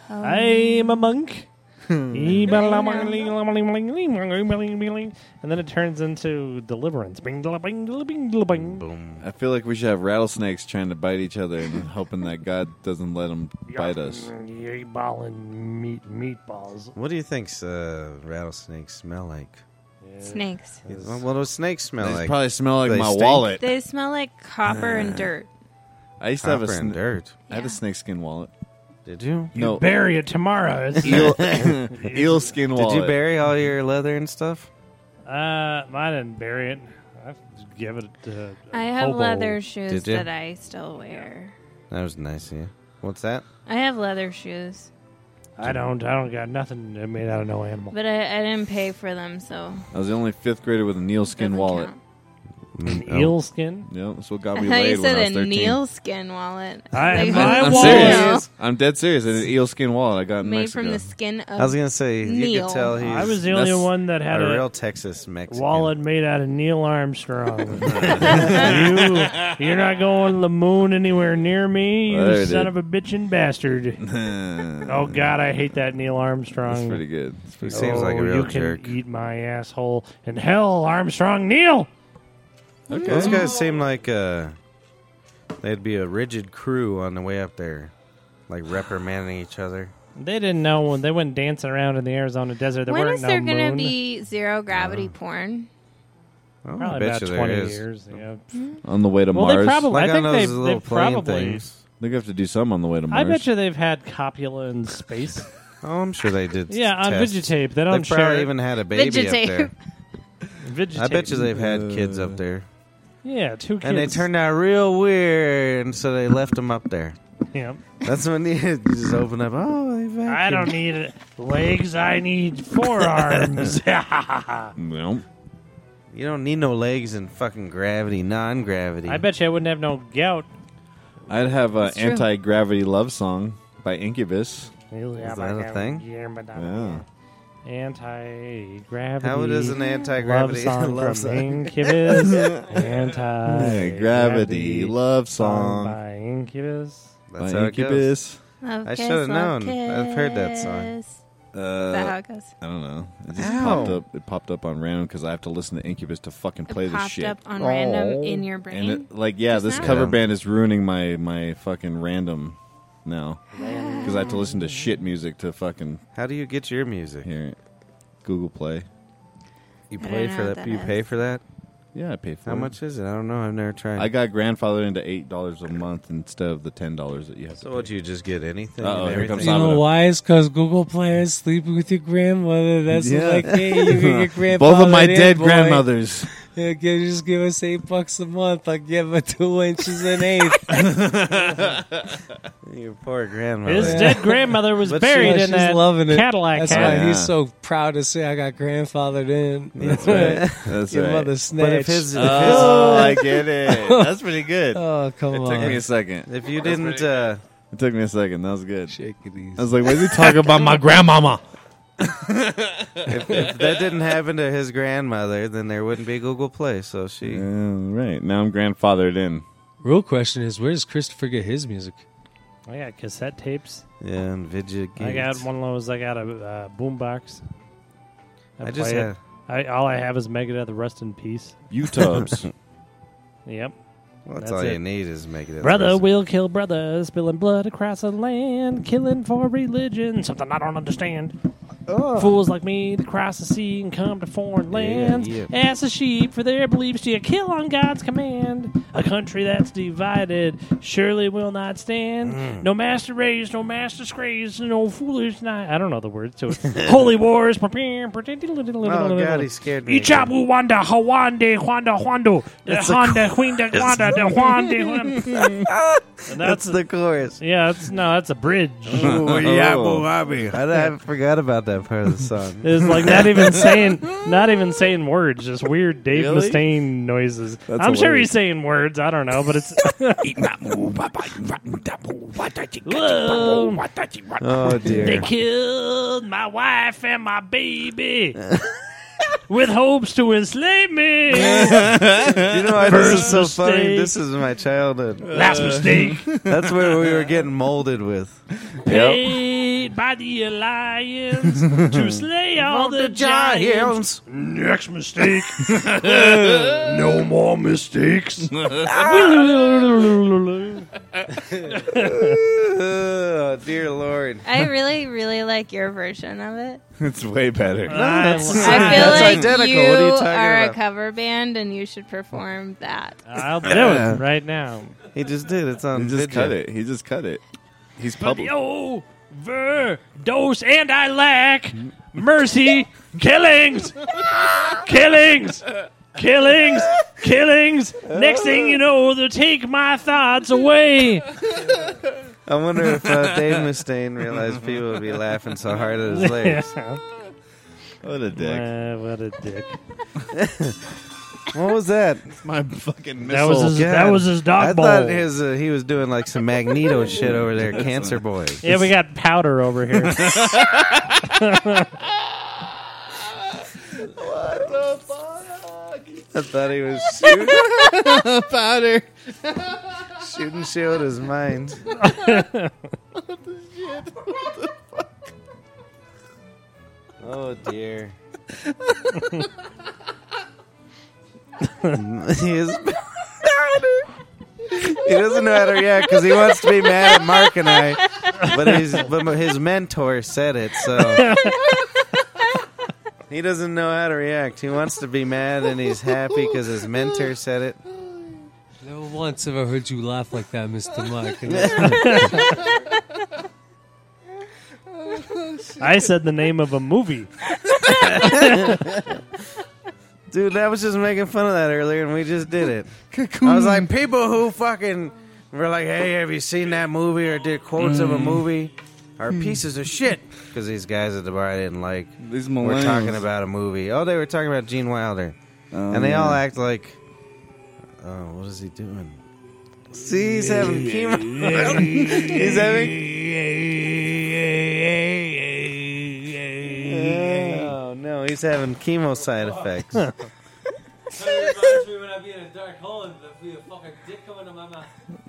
G: I'm a monk.
D: Hmm.
G: and then it turns into deliverance. Bing, dilla, bing, dilla, bing, dilla, bing.
D: I feel like we should have rattlesnakes trying to bite each other and hoping that God doesn't let them bite us.
G: Yay, ballin' meat meatballs.
C: What do you think uh, rattlesnakes smell like?
B: Snakes.
C: Well, what do snakes smell
D: They
C: like?
D: probably smell like
C: they
D: my
C: stink?
D: wallet.
B: They smell like copper and dirt.
D: I used to have
C: Copper
D: a
C: and
D: sn-
C: dirt.
D: Ah, I had
B: Yeah.
D: a snakeskin wallet.
C: Did you?
D: no,
E: Bury it tomorrow. It's-
C: <laughs>
D: <laughs> eel, eel skin wallet.
C: Did you bury all your leather and stuff?
E: uh, I didn't bury it. I give it to. a
B: I have
E: hobo.
B: leather shoes
C: Did you?
B: that I still wear.
C: That was nice of you. What's that?
B: I have leather shoes,
E: I don't. I don't got nothing made out of no animal.
B: but I, I didn't pay for them, so
D: I was the only fifth grader with a Neil
B: doesn't
D: skin wallet.
B: count.
C: Mm,
E: An
C: oh.
E: eel skin.
D: Yep, that's what
B: I
D: got me
B: thought you
D: laid when I was
B: said a
D: thirteen.
B: Neil skin wallet.
E: I-
B: Like,
E: my
D: <laughs> I'm
B: no.
E: wallet-
D: serious. I'm dead serious. An eel skin wallet I got in
B: made
D: Mexico. <laughs>
B: from the skin of.
C: I was gonna say you
B: Neil.
C: could tell he's.
E: I was the only
C: that's
E: one that had
C: a
E: a,
C: real Texas Mexican.
E: wallet made out of Neil Armstrong.
C: <laughs>
E: you, you're not going to the moon anywhere near me, you
D: Well, there it
E: son
D: is.
E: of a bitchin' bastard. oh God, I hate that Neil Armstrong.
D: That's pretty good. That's
C: He
D: pretty
C: seems like
E: Oh,
C: a real
E: you
C: jerk.
E: can eat my asshole. And hell, Armstrong Neil. Oh.
C: Those guys seem like uh, They'd be a rigid crew on the way up there, like reprimanding each other.
E: They didn't know when they went dancing around in the Arizona desert. There
B: when
E: weren't
B: is there
E: no
B: gonna
E: moon.
B: be zero gravity porn?
C: Oh, I
E: Probably
C: bet
E: about
C: you there
E: twenty
C: is.
E: years. Yeah.
D: on the way to
E: Well, they
D: Mars.
E: probably-
C: Like
E: I think
C: on those
E: they've-
C: little
E: they've
C: plane
E: probably-
C: things.
D: They're gonna have to do some on the way to Mars.
E: I bet you they've had copula
C: <laughs>
E: in space.
C: Oh, I'm sure they did.
E: yeah, on
C: tests.
E: Vegetape. They
C: They
E: don't share
C: probably
E: it.
C: even had a baby
B: Vegetape.
C: up there.
E: Vegetape.
C: I bet you they've had kids up there,
E: Yeah, two Uh, kids.
C: and they turned out real weird, and so they left them up there. <laughs>
E: Yeah.
C: That's when they you just open up. Oh, they vacuumed.
E: I don't need legs. I need
C: <laughs>
E: forearms. I
D: No.
C: You don't need no legs and fucking gravity, non-gravity.
E: bet you I wouldn't have no gout.
D: I'd have an
B: That's true.
D: anti gravity love song by Incubus.
E: Is
C: that a thing?
D: Yeah.
E: Anti gravity.
C: How does an
E: love
C: anti-gravity <laughs>
E: song
C: love
E: from
C: song? <laughs>
E: Incubus? Anti
D: Hey, gravity love
E: song
D: song
E: by Incubus.
D: by
C: That's how it goes.
D: Incubus.
B: Love
C: I
B: kiss,
C: should've
B: love
C: known. I've heard that song.
B: kiss. Is that how
D: Uh,
B: it goes?
D: I don't know. It just
C: Ow.
D: popped up. It popped up on random because I have to listen to Incubus to fucking play
B: it
D: this
B: popped
D: shit.
B: up on
C: Oh.
B: random in your brain.
D: and it, like, yeah,
B: Just
D: this
B: now?
D: cover
C: Yeah.
D: band is ruining my my fucking random now because I have to listen to shit music to fucking
C: How do you get your music?
D: hear it. Google Play.
C: You
B: I don't
C: pay
B: know
C: for
B: what
C: that.
B: that
C: you pay
B: is.
C: for that?
D: Yeah, I pay for
C: How
D: it.
C: much is it? I don't know. I've never tried.
D: I got grandfathered into eight dollars a month instead of the ten dollars that you have.
C: so
D: to
C: would you just get anything?
D: Uh-oh,
C: and
D: here comes
C: everything?
G: You know
D: Sabado.
G: why? It's because Google Play is sleeping with your grandmother. That's
D: Yeah.
G: like, hey,
C: <laughs>
G: you can get
D: pay.
G: grandfathered
D: Both of my
G: in,
D: dead
G: boy.
D: grandmothers.
G: Yeah, give, just give us eight bucks a month. I'll give her two inches and eight.
C: Your poor
E: His
C: grandmother.
E: dead grandmother
G: <laughs>
E: was
C: But
E: buried
G: Yeah,
E: in
G: Oh, she's
E: that
G: loving it.
E: Cadillac.
G: That's
E: hat.
G: why
D: Yeah.
G: he's so proud to say I got grandfathered in.
C: That's right.
D: That's
G: Your
D: right.
G: mother
C: But if
G: snatched.
C: his, if,
D: Oh, I
C: <laughs>
D: get it. That's pretty good.
G: oh, come
D: it
G: on.
D: took me a second.
C: his- if you didn't, uh,
D: It took me a second. That was good.
G: Shake it easy.
D: I was like, "What is
C: <laughs>
D: he talking about, my grandmama?"
C: uh, if, if that didn't happen to his grandmother, then there wouldn't be Google Play. So she.
D: Yeah, right now, I'm grandfathered in.
G: Real question is, where does Christopher get his music?
E: I got Oh, cassette tapes.
C: Yeah, and Vidya
E: I got
C: Gates.
E: one of those. I got a uh, boombox.
C: I just
E: play it.
C: had.
E: I, all I have is Megadeth, Rest in Peace.
D: You <laughs> tubs.
E: Yep.
C: Well, that's,
E: That's
C: all
E: it.
C: you need is make it.
E: Brother will kill brother, spilling blood across the land, killing for religion, something I don't understand. Fools like me that cross the sea and come to foreign lands,
C: yeah.
E: ask the sheep for their beliefs, do you kill on God's command? A country that's divided surely will not stand.
C: Mm.
E: No master raised, no master disgrace, no foolish night. I don't know the words to it. <laughs> Holy wars, prepare,
C: Oh God, he scared me. again.
E: Ichabu Wanda Hawande Wanda Wando the
C: That's the
E: Honda Huinda Wanda the Wande
D: <laughs>
E: And that's
C: That's the
E: <laughs>
C: chorus.
E: yeah, that's no, that's a bridge.
D: Oh,
C: I, I forgot about that part of
E: <laughs>
C: the song.
E: It's like not
D: <laughs>
E: even saying not even saying words, just weird Dave
D: Really?
E: Mustaine noises.
D: That's
E: I'm sure
D: hilarious.
E: he's saying words, I don't know, but
D: <laughs>
E: it's Whoa,
C: Oh
E: they
C: dear.
E: killed my wife and my
D: <laughs>
E: baby with hopes to enslave me.
C: You know why this is so
E: First
C: funny?
E: mistake.
C: This is my childhood.
E: Last mistake.
C: That's where we were getting molded with.
E: paid by the alliance <laughs> to slay all the, giants. Next mistake. <laughs> no more <laughs> mistakes. I
C: Oh dear lord.
B: I really, really like your version of
C: <laughs>
B: it.
D: It's way better.
B: I feel
C: That's
B: like
C: identical.
B: you,
C: What are you talking
B: are
C: about?
B: a cover band and you should perform
C: <laughs>
B: that.
E: I'll do it right now.
C: He just did. It's on
D: He just
C: video.
D: cut it. He just cut it. He's public.
E: Overdose and I lack mercy. Killings, killings, killings, killings. Next thing you know, they'll take my thoughts away.
C: I wonder if
D: <laughs>
C: uh, Dave Mustaine realized people would be laughing so hard
E: <laughs>
C: at his lyrics.
D: What a dick.
E: Uh, what a dick.
C: What was that?
D: My fucking
E: That was
D: missile.
E: his, that
C: God.
E: was his dog
C: I
E: bowl.
C: thought his uh, he was doing like some Magneto shit over there, Cancer Boy.
E: yeah, we got powder over here.
C: I thought he was shooting powder, shooting shit with his mind. Oh <laughs> dear. His powder. he doesn't know how to react because he wants to be mad at Mark and I, but his but his mentor said it, so he doesn't know how to react. He wants to be mad and he's happy because his mentor said it.
G: No once have I heard you laugh like that, <laughs> Mr. Mike.
E: I said the name of a movie.
C: Dude, that was just making fun of that earlier, and we just did it. I was like, people who fucking were like, hey, have you seen that movie or did quotes of a movie are pieces of shit. Because these guys at the bar I didn't like
D: These
C: were
D: millennials.
C: talking about a movie. Oh, they were talking about Gene Wilder. and they all act like, oh, what is he doing? See, he's having chemo. <laughs> he's having. Oh, no, he's having chemo side effects.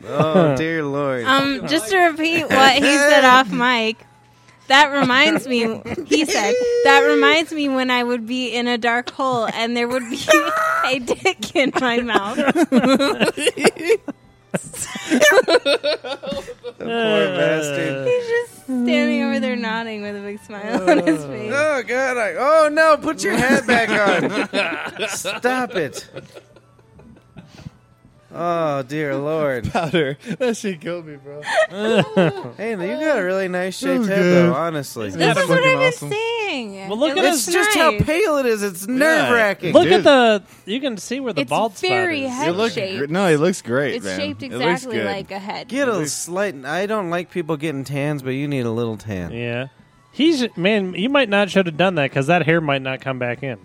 C: Oh,
D: <laughs>
C: dear Lord.
B: Um, just to repeat what he
C: <laughs>
B: said off mic. That reminds me, he said, that reminds me when I would be in a dark hole and there would
C: <laughs>
B: be <laughs> a dick in my mouth.
C: <laughs> Poor
D: Uh,
C: bastard.
B: He's just standing over
E: Mm.
B: there nodding with a big smile on his face.
C: Oh God! I, oh no! Put your hat back on.
D: <laughs>
C: Stop it. Oh dear Lord!
D: Powder. That shit killed me, bro.
C: <laughs> Hey, you got a really nice shaped head, though. Honestly,
B: This is what
D: fucking
B: I've been
D: awesome.
B: saying.
E: Well, look
B: It
E: at
B: looks
C: it's just how
B: nice.
C: pale it is. It's nerve wracking.
E: Look
D: Dude.
E: at the. You can see where the
B: It's
E: bald spot
B: very
E: is.
B: heavy.
D: It looked
B: shaped.
D: gr- no, it looks great.
B: It's
D: man.
B: shaped
D: It looks
B: exactly
D: good.
B: like a head.
C: Get a slight. I don't like people getting tans, but you need a little tan.
E: Yeah, he's man. You might not should have done that because that hair might not come back in.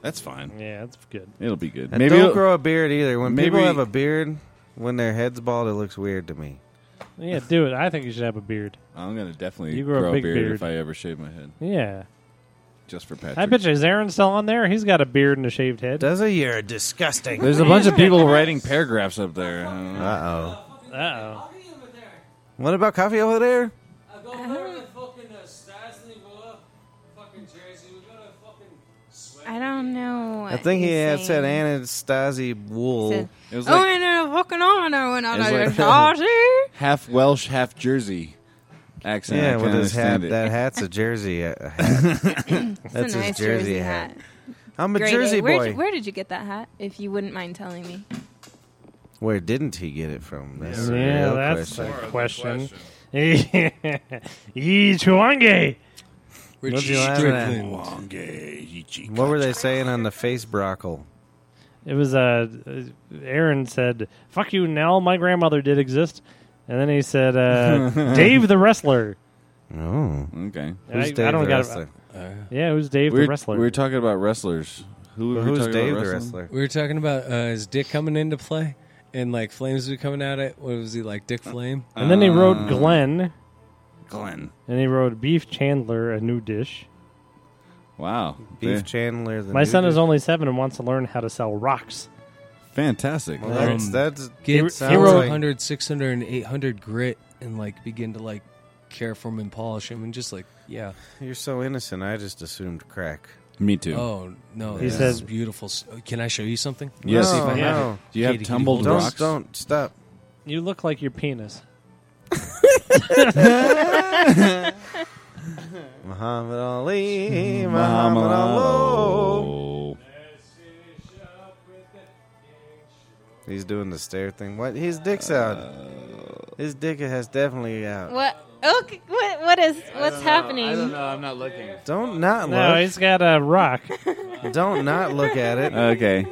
D: That's fine.
E: Yeah, that's good.
D: It'll be good.
C: And
D: Maybe
C: don't
D: it'll-
C: grow a beard either. When people
D: maybe-
C: have a beard, when their head's bald, it looks weird to me.
E: Yeah, do it. I think you should have a beard.
D: I'm gonna definitely
E: You grow a
D: grow a
E: big
D: beard,
E: beard.
D: if I ever shave my head,
E: Yeah,
D: just for Patrick.
E: I bet you is Aaron still on there? He's got a beard and a shaved head. Uh
C: Does it? You're disgusting.
D: There's a bunch of people writing paragraphs up there. I don't know.
C: Uh oh.
E: oh.
C: What about coffee over there?
B: I don't know.
C: I think he had
B: said
C: said Anastasia Wool.
B: Said-
D: It was
B: Oh,
D: like
B: and then fucking on, I went out
D: It's
B: there,
D: like-
B: Dodger.
D: half Welsh, half Jersey accent. I
C: Yeah,
D: can't
C: with his hat.
D: understand it.
C: That hat's
B: <laughs>
C: a jersey uh, <laughs> hat. That's
B: It's a nice
C: his jersey, hat. I'm a
B: Great
C: jersey
B: A.
C: boy.
B: Where, where did you get that hat? If you wouldn't mind telling me.
C: Where didn't he get it from? That's the
E: Yeah,
C: real
E: that's
C: question.
E: the question. <laughs> Each one gay.
C: What'd you have that? What were they saying on the face brockle?
E: It was uh, Aaron said, "Fuck you, Nell." My grandmother did exist, and then he said, uh, "Dave the wrestler."
C: Oh,
D: Okay.
E: And
C: who's
E: I,
C: Dave
E: I don't
C: the
E: got
C: wrestler?
E: It. Yeah, it was Dave
D: We
E: the
D: were,
E: wrestler.
D: we were talking about wrestlers. Who were we
C: Who's
D: talking
C: Dave
D: about
C: the
D: wrestling?
C: wrestler?
G: We were talking about uh, his dick coming into play, and like flames were coming out. It what was he like? Dick Flame.
E: and then he wrote Glenn,
D: Glenn.
E: and he wrote Beef Chandler, a new dish.
D: Wow.
C: Beef
D: Fa-
C: Chandler. The
E: My
C: new
E: son is
C: dude?
E: only seven and wants to learn how to sell rocks.
D: Fantastic.
C: Well, that's
G: Um,
C: that's
G: Get
E: he
C: sounds
E: wrote-
C: like-
G: 100, 600, and 800 grit, and like begin to like care for him and polish him, and just like yeah.
C: You're so innocent. I just assumed crack.
D: Me too.
G: Oh no,
E: He
G: this
E: says-
G: is beautiful. s- Can I show you something?
D: Yes.
C: No,
E: I have
C: no.
D: Do you have
G: Katie, can you
D: tumbled
G: hold
C: Don't
D: rocks?
C: don't stop.
E: You look like your penis.
C: Muhammad Ali, Muhammad
D: Muhammad
C: Allah.
D: Oh.
C: He's doing the stare thing. What? His dick's out. His dick has definitely out.
B: What? Okay, what? What is? What's happening?
H: I'm not looking.
C: Don't not
E: No,
C: look.
E: he's got a rock.
C: <laughs> Don't not look at it.
D: Okay.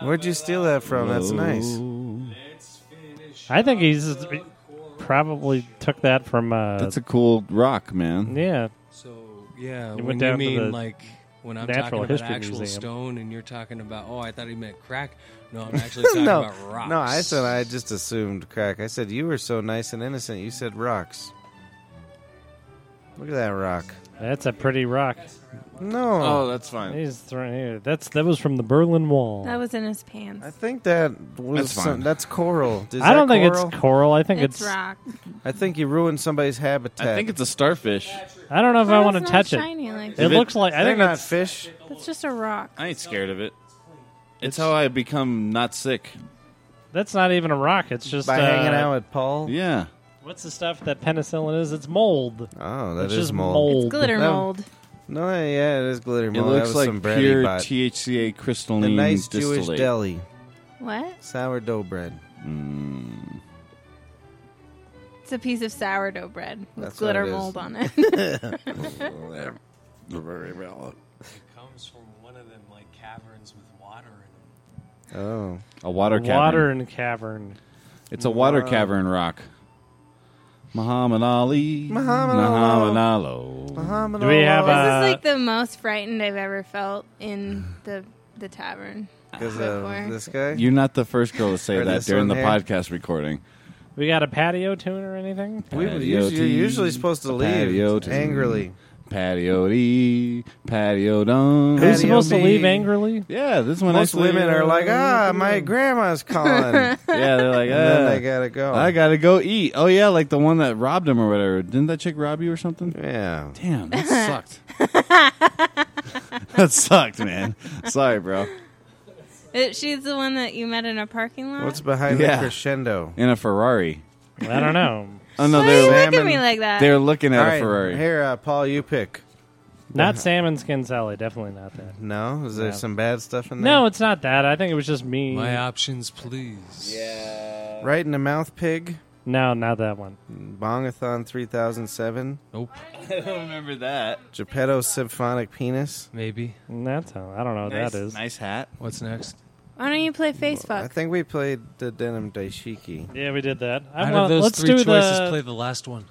C: Where'd you steal that from? That's nice.
E: I think he's he probably took that from. Uh,
D: That's a cool rock, man.
E: yeah,
G: So yeah,
E: He
G: when
E: went
G: you
E: down to
G: mean
E: the
G: like when I'm
E: Natural
G: talking about
E: History
G: actual
E: Museum.
G: stone, and you're talking about oh, I thought he meant crack.
E: <laughs>
G: No, I'm actually
C: <laughs>
G: talking
C: No,
G: about rocks.
C: no. I said I just assumed crack. I said you were so nice and innocent. You said rocks. Look at that rock.
E: that's a pretty rock.
F: Oh.
C: No,
D: that's fine.
E: He's throwing here. That's that was from the Berlin Wall.
B: That was in his
C: I
B: pants.
C: think that was
D: That's
C: that's,
D: fine.
C: some, that's coral. Is
E: I don't
C: that
E: think
C: coral?
E: it's coral. I think it's.
B: It's rock.
C: I think you ruined somebody's habitat.
D: I think it's a starfish.
E: I don't know if I
B: Why
E: want to
B: is it
E: touch it.
B: shiny Like
E: It
B: that?
D: If it-
E: looks like I
C: They're
E: think
C: not
E: it's,
C: fish.
B: That's just a rock.
D: I ain't scared of it. It's how I become not sick.
E: That's not even a rock. It's just
C: By
E: uh,
C: hanging out with Paul.
D: Yeah.
E: What's the stuff that penicillin is? It's mold.
C: Oh, that
E: it's
C: is
E: just
C: mold.
E: mold.
B: Glitter
C: That-
B: mold.
C: No, yeah, it is glitter
D: It
C: mold. that
D: looks
C: was
D: like
C: some bread he
D: pure
C: bought.
D: THCA crystalline
C: The nice
D: distillate.
C: Jewish deli
B: What?
C: sourdough bread.
D: Mm.
B: It's a piece of sourdough bread with
C: That's what
B: glitter
C: it is.
B: mold
D: <laughs>
B: on it.
G: It comes from one of them like caverns with water in
C: Oh,
D: A water cavern.
E: Water in cavern.
D: It's a water cavern rock. Muhammad Ali.
C: Muhammad
D: Muhammad Ali.
C: Muhammad.
E: Do we have
B: this
E: Uh,
B: is like the most frightened I've ever felt in the the tavern.
C: because
B: before.
C: of this guy?
D: You're not the first girl to say
C: Or
D: that
C: this
D: during the
C: one here.
D: podcast recording.
E: We got a patio tune or anything?
C: we were
D: Patio
C: usually, you're
D: tea,
C: usually supposed to
D: patio
C: leave
D: tea.
C: angrily.
D: Patio D, patio dum.
E: Who's
C: Patio
E: supposed to
C: B.
E: leave angrily?
D: Yeah, this one.
C: Most
D: actually-
C: women are like, ah, my grandma's calling, and
D: <laughs> Yeah, they're <laughs> like,
C: then
D: "Ah,
C: I gotta go.
D: I gotta go eat. Oh yeah, like the one that robbed him or whatever. Didn't that chick rob you or <laughs> something?
C: yeah.
D: Damn, that sucked. that sucked, man. Sorry, bro.
B: It, Uh, she's the one that you met in a parking lot.
C: What's behind
D: Yeah.
C: the crescendo?
D: In a Ferrari.
E: I don't
C: <laughs>
E: know.
D: Oh no,
B: Why you
D: they're
B: look at me
C: salmon-
B: like that?
D: they're looking at
C: All
D: a
C: right,
D: Ferrari.
C: here, uh, Paul, you pick.
E: Not salmon skin Sally. Definitely not that.
C: No, is there
E: No.
C: some bad stuff in there?
E: No, it's not that. I think it was just me.
G: them. My options, please.
C: right in the mouth, pig.
E: No, not that one.
C: Bongathon 3007.
G: Nope.
D: <laughs> I don't remember that.
C: Geppetto Symphonic Penis.
G: Maybe.
E: That's how, I don't know what
D: nice,
E: that is.
D: nice hat.
G: What's next?
B: Why don't you play face
C: I
B: fuck?
C: think we played the Denim Daishiki.
E: Yeah, we did that. I
G: Out
E: want-
G: of those
E: let's
G: three
E: do
G: choices,
E: the.
G: play the last one.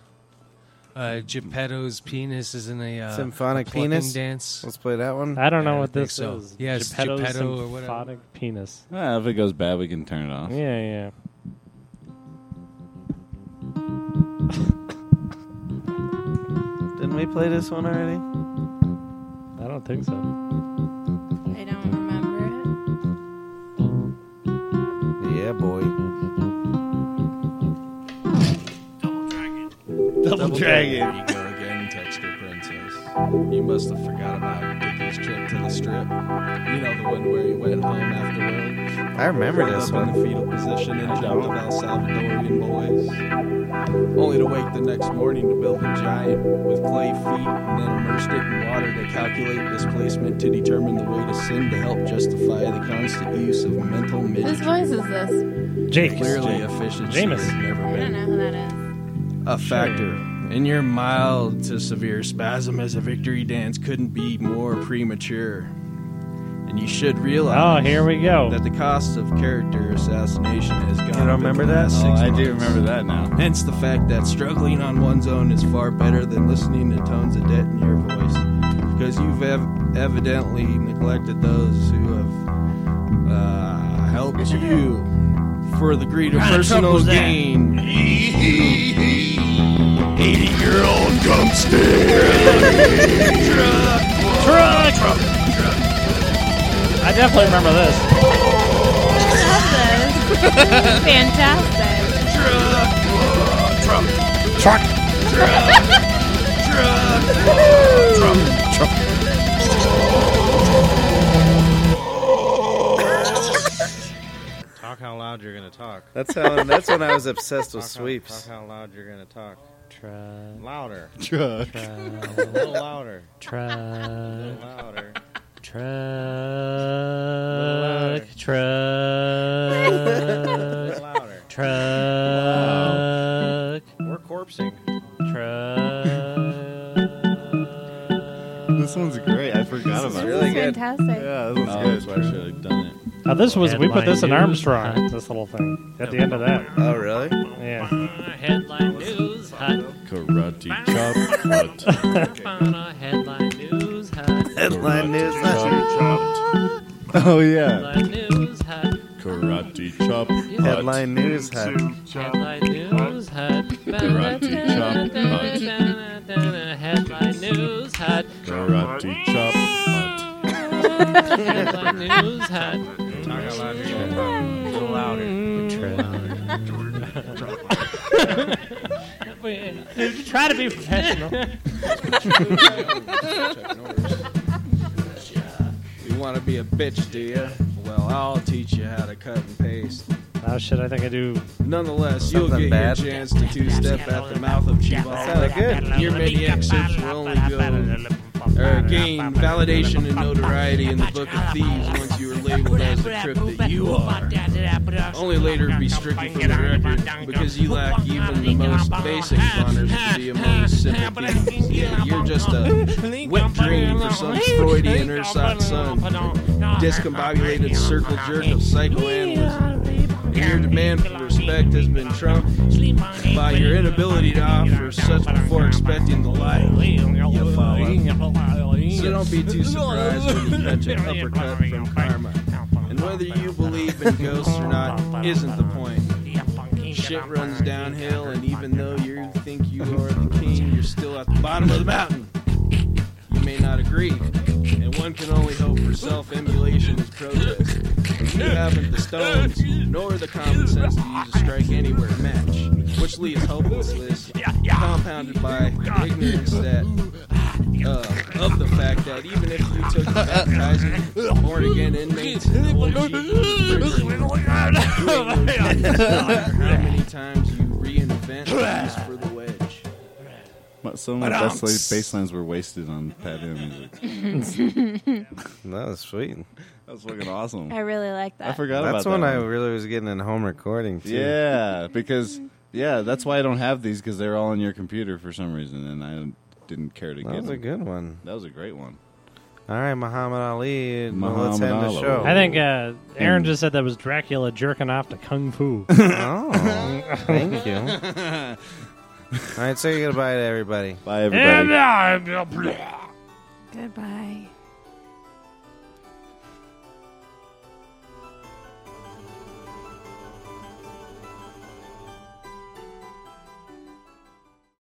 G: Uh, Geppetto's penis is in a uh,
C: Symphonic
G: a plucking
C: penis?
G: dance.
C: Let's play that
D: Ah.
C: one.
E: I don't know
G: Yeah, I
E: what
G: think
E: this
G: so.
E: is.
G: Yeah, it's
E: Geppetto's
G: Geppetto or whatever.
E: symphonic penis.
D: Ah, if it goes bad, we can turn it off.
E: Yeah, yeah.
C: <laughs> Didn't we play this one already?
E: I don't think so.
B: I don't remember
C: Yeah, boy.
G: Double
D: Dragon.
H: you go again, touch the princess. You must have forgot about Dickie's trip to the strip. You know the one where he went home afterwards.
C: I remember
H: curled
C: this
H: up
C: one.
H: in the fetal position and dreamt of El Salvadorian boys. Only to wake the next morning to build a giant with clay feet and then immersed it in water to calculate displacement to determine the way to sin to help justify the constant use of mental
B: it. Whose
H: midget.
B: voice is this?
E: Jake.
H: Clearly efficiency
E: Jameis.
H: has never
B: I
H: been
B: don't know who that
C: <laughs>
B: is.
H: a factor. And your mild to severe spasm as a victory dance couldn't be more premature. And you should
E: Oh,
H: realize
E: here we go.
H: that the cost of character assassination has gone.
C: don't
H: up in
C: remember
H: the
C: that?
H: last
D: Oh,
H: six
D: I do
H: months.
D: remember that now.
H: Hence the fact that struggling on one's own is far better than listening to tones of debt in your voice. Because you've ev- evidently neglected those who have uh, helped you for the greed of personal gain. 80 year old dumpster!
E: I definitely remember
G: <laughs>
E: this.
B: I love this. Fantastic.
I: Talk how loud you're gonna talk.
C: That's how. That's when I was obsessed with
I: Talk how-
C: sweeps.
I: Talk how loud you're gonna talk.
E: Try,
I: Louder.
D: <laughs> Truck.
I: A little louder. A
E: try,
I: little louder.
E: truck, truck,
I: A little louder.
D: Uh,
E: truck,
I: We're corpsing.
E: truck.
D: This one's great. I
B: This
D: forgot
B: is
D: about it.
C: really good.
B: fantastic.
D: Yeah, this one's good. That's why I should have done it.
E: Now this was we put
G: Headline
E: this in
G: news,
E: Armstrong.
G: hot.
E: This little thing at the end of that.
C: Oh, really?
E: Yeah. Headline news hot.
D: Karate chop. Karate
E: Headline news hot.
C: Headline news.
D: Oh yeah.
E: Headline news hot.
D: Karate chop.
C: Headline news. Hut.
E: Headline news hot.
D: Karate chop. Hut.
E: Headline news hot.
D: Karate chop. Hut.
E: Headline news hot.
I: Talk how loud you're gonna talk. A little louder.
E: Wait, Try to be professional.
H: You want to be a bitch, do you? Well, I'll teach you how to cut and paste.
J: Oh shit! I think I do.
E: Nonetheless, you'll
C: Something
E: get
C: bad.
E: your chance to two-step at the mouth of Chival.
C: good.
E: Your maniac search will only go or gain validation and notoriety in the Book of Thieves once you are labeled as the crypt that you are. Only later be stricken from the record because you lack even the most basic honors to be among simple people. Yeah, You're just a wet dream for some Freudian or some discombobulated circle jerk of psychoanalysts. And Your demand for respect has been trumped by your inability to offer such before expecting the light. You follow. So don't be too surprised when you catch an uppercut from karma. And whether you believe in ghosts or not isn't the point. Shit runs downhill, and even though you think you are the king, you're still at the bottom of the mountain. You may not agree, and one can only hope for self emulation as protest. You haven't the stones, nor the common sense to use a strike anywhere match, which leaves hopelessness, compounded by ignorance that uh, of the fact that even if you took the baptizing born again inmates in the OG prison, you ain't gonna get how many times you reinvent things for the wedge.
D: So my best like, bass lines were wasted on Pat Boone music.
C: That was sweet.
D: That was fucking awesome.
B: I really like that.
D: I forgot about
C: That's
D: that.
C: when I
D: one.
C: really was getting in home recording too.
D: Yeah, because yeah, that's why I don't have these because they're all on your computer for some reason, and I didn't care to
C: that
D: get
C: was a
D: them.
C: good one.
D: That was a great one.
C: All right, Muhammad Ali. well, let's
D: Muhammad
C: end the
D: Ali.
C: show.
J: I think uh, Aaron just said that was Dracula jerking off to kung
E: <laughs>
J: fu.
C: Oh, <laughs> thank you. All right, say goodbye to everybody.
J: uh,
D: Bye everybody.
B: Goodbye.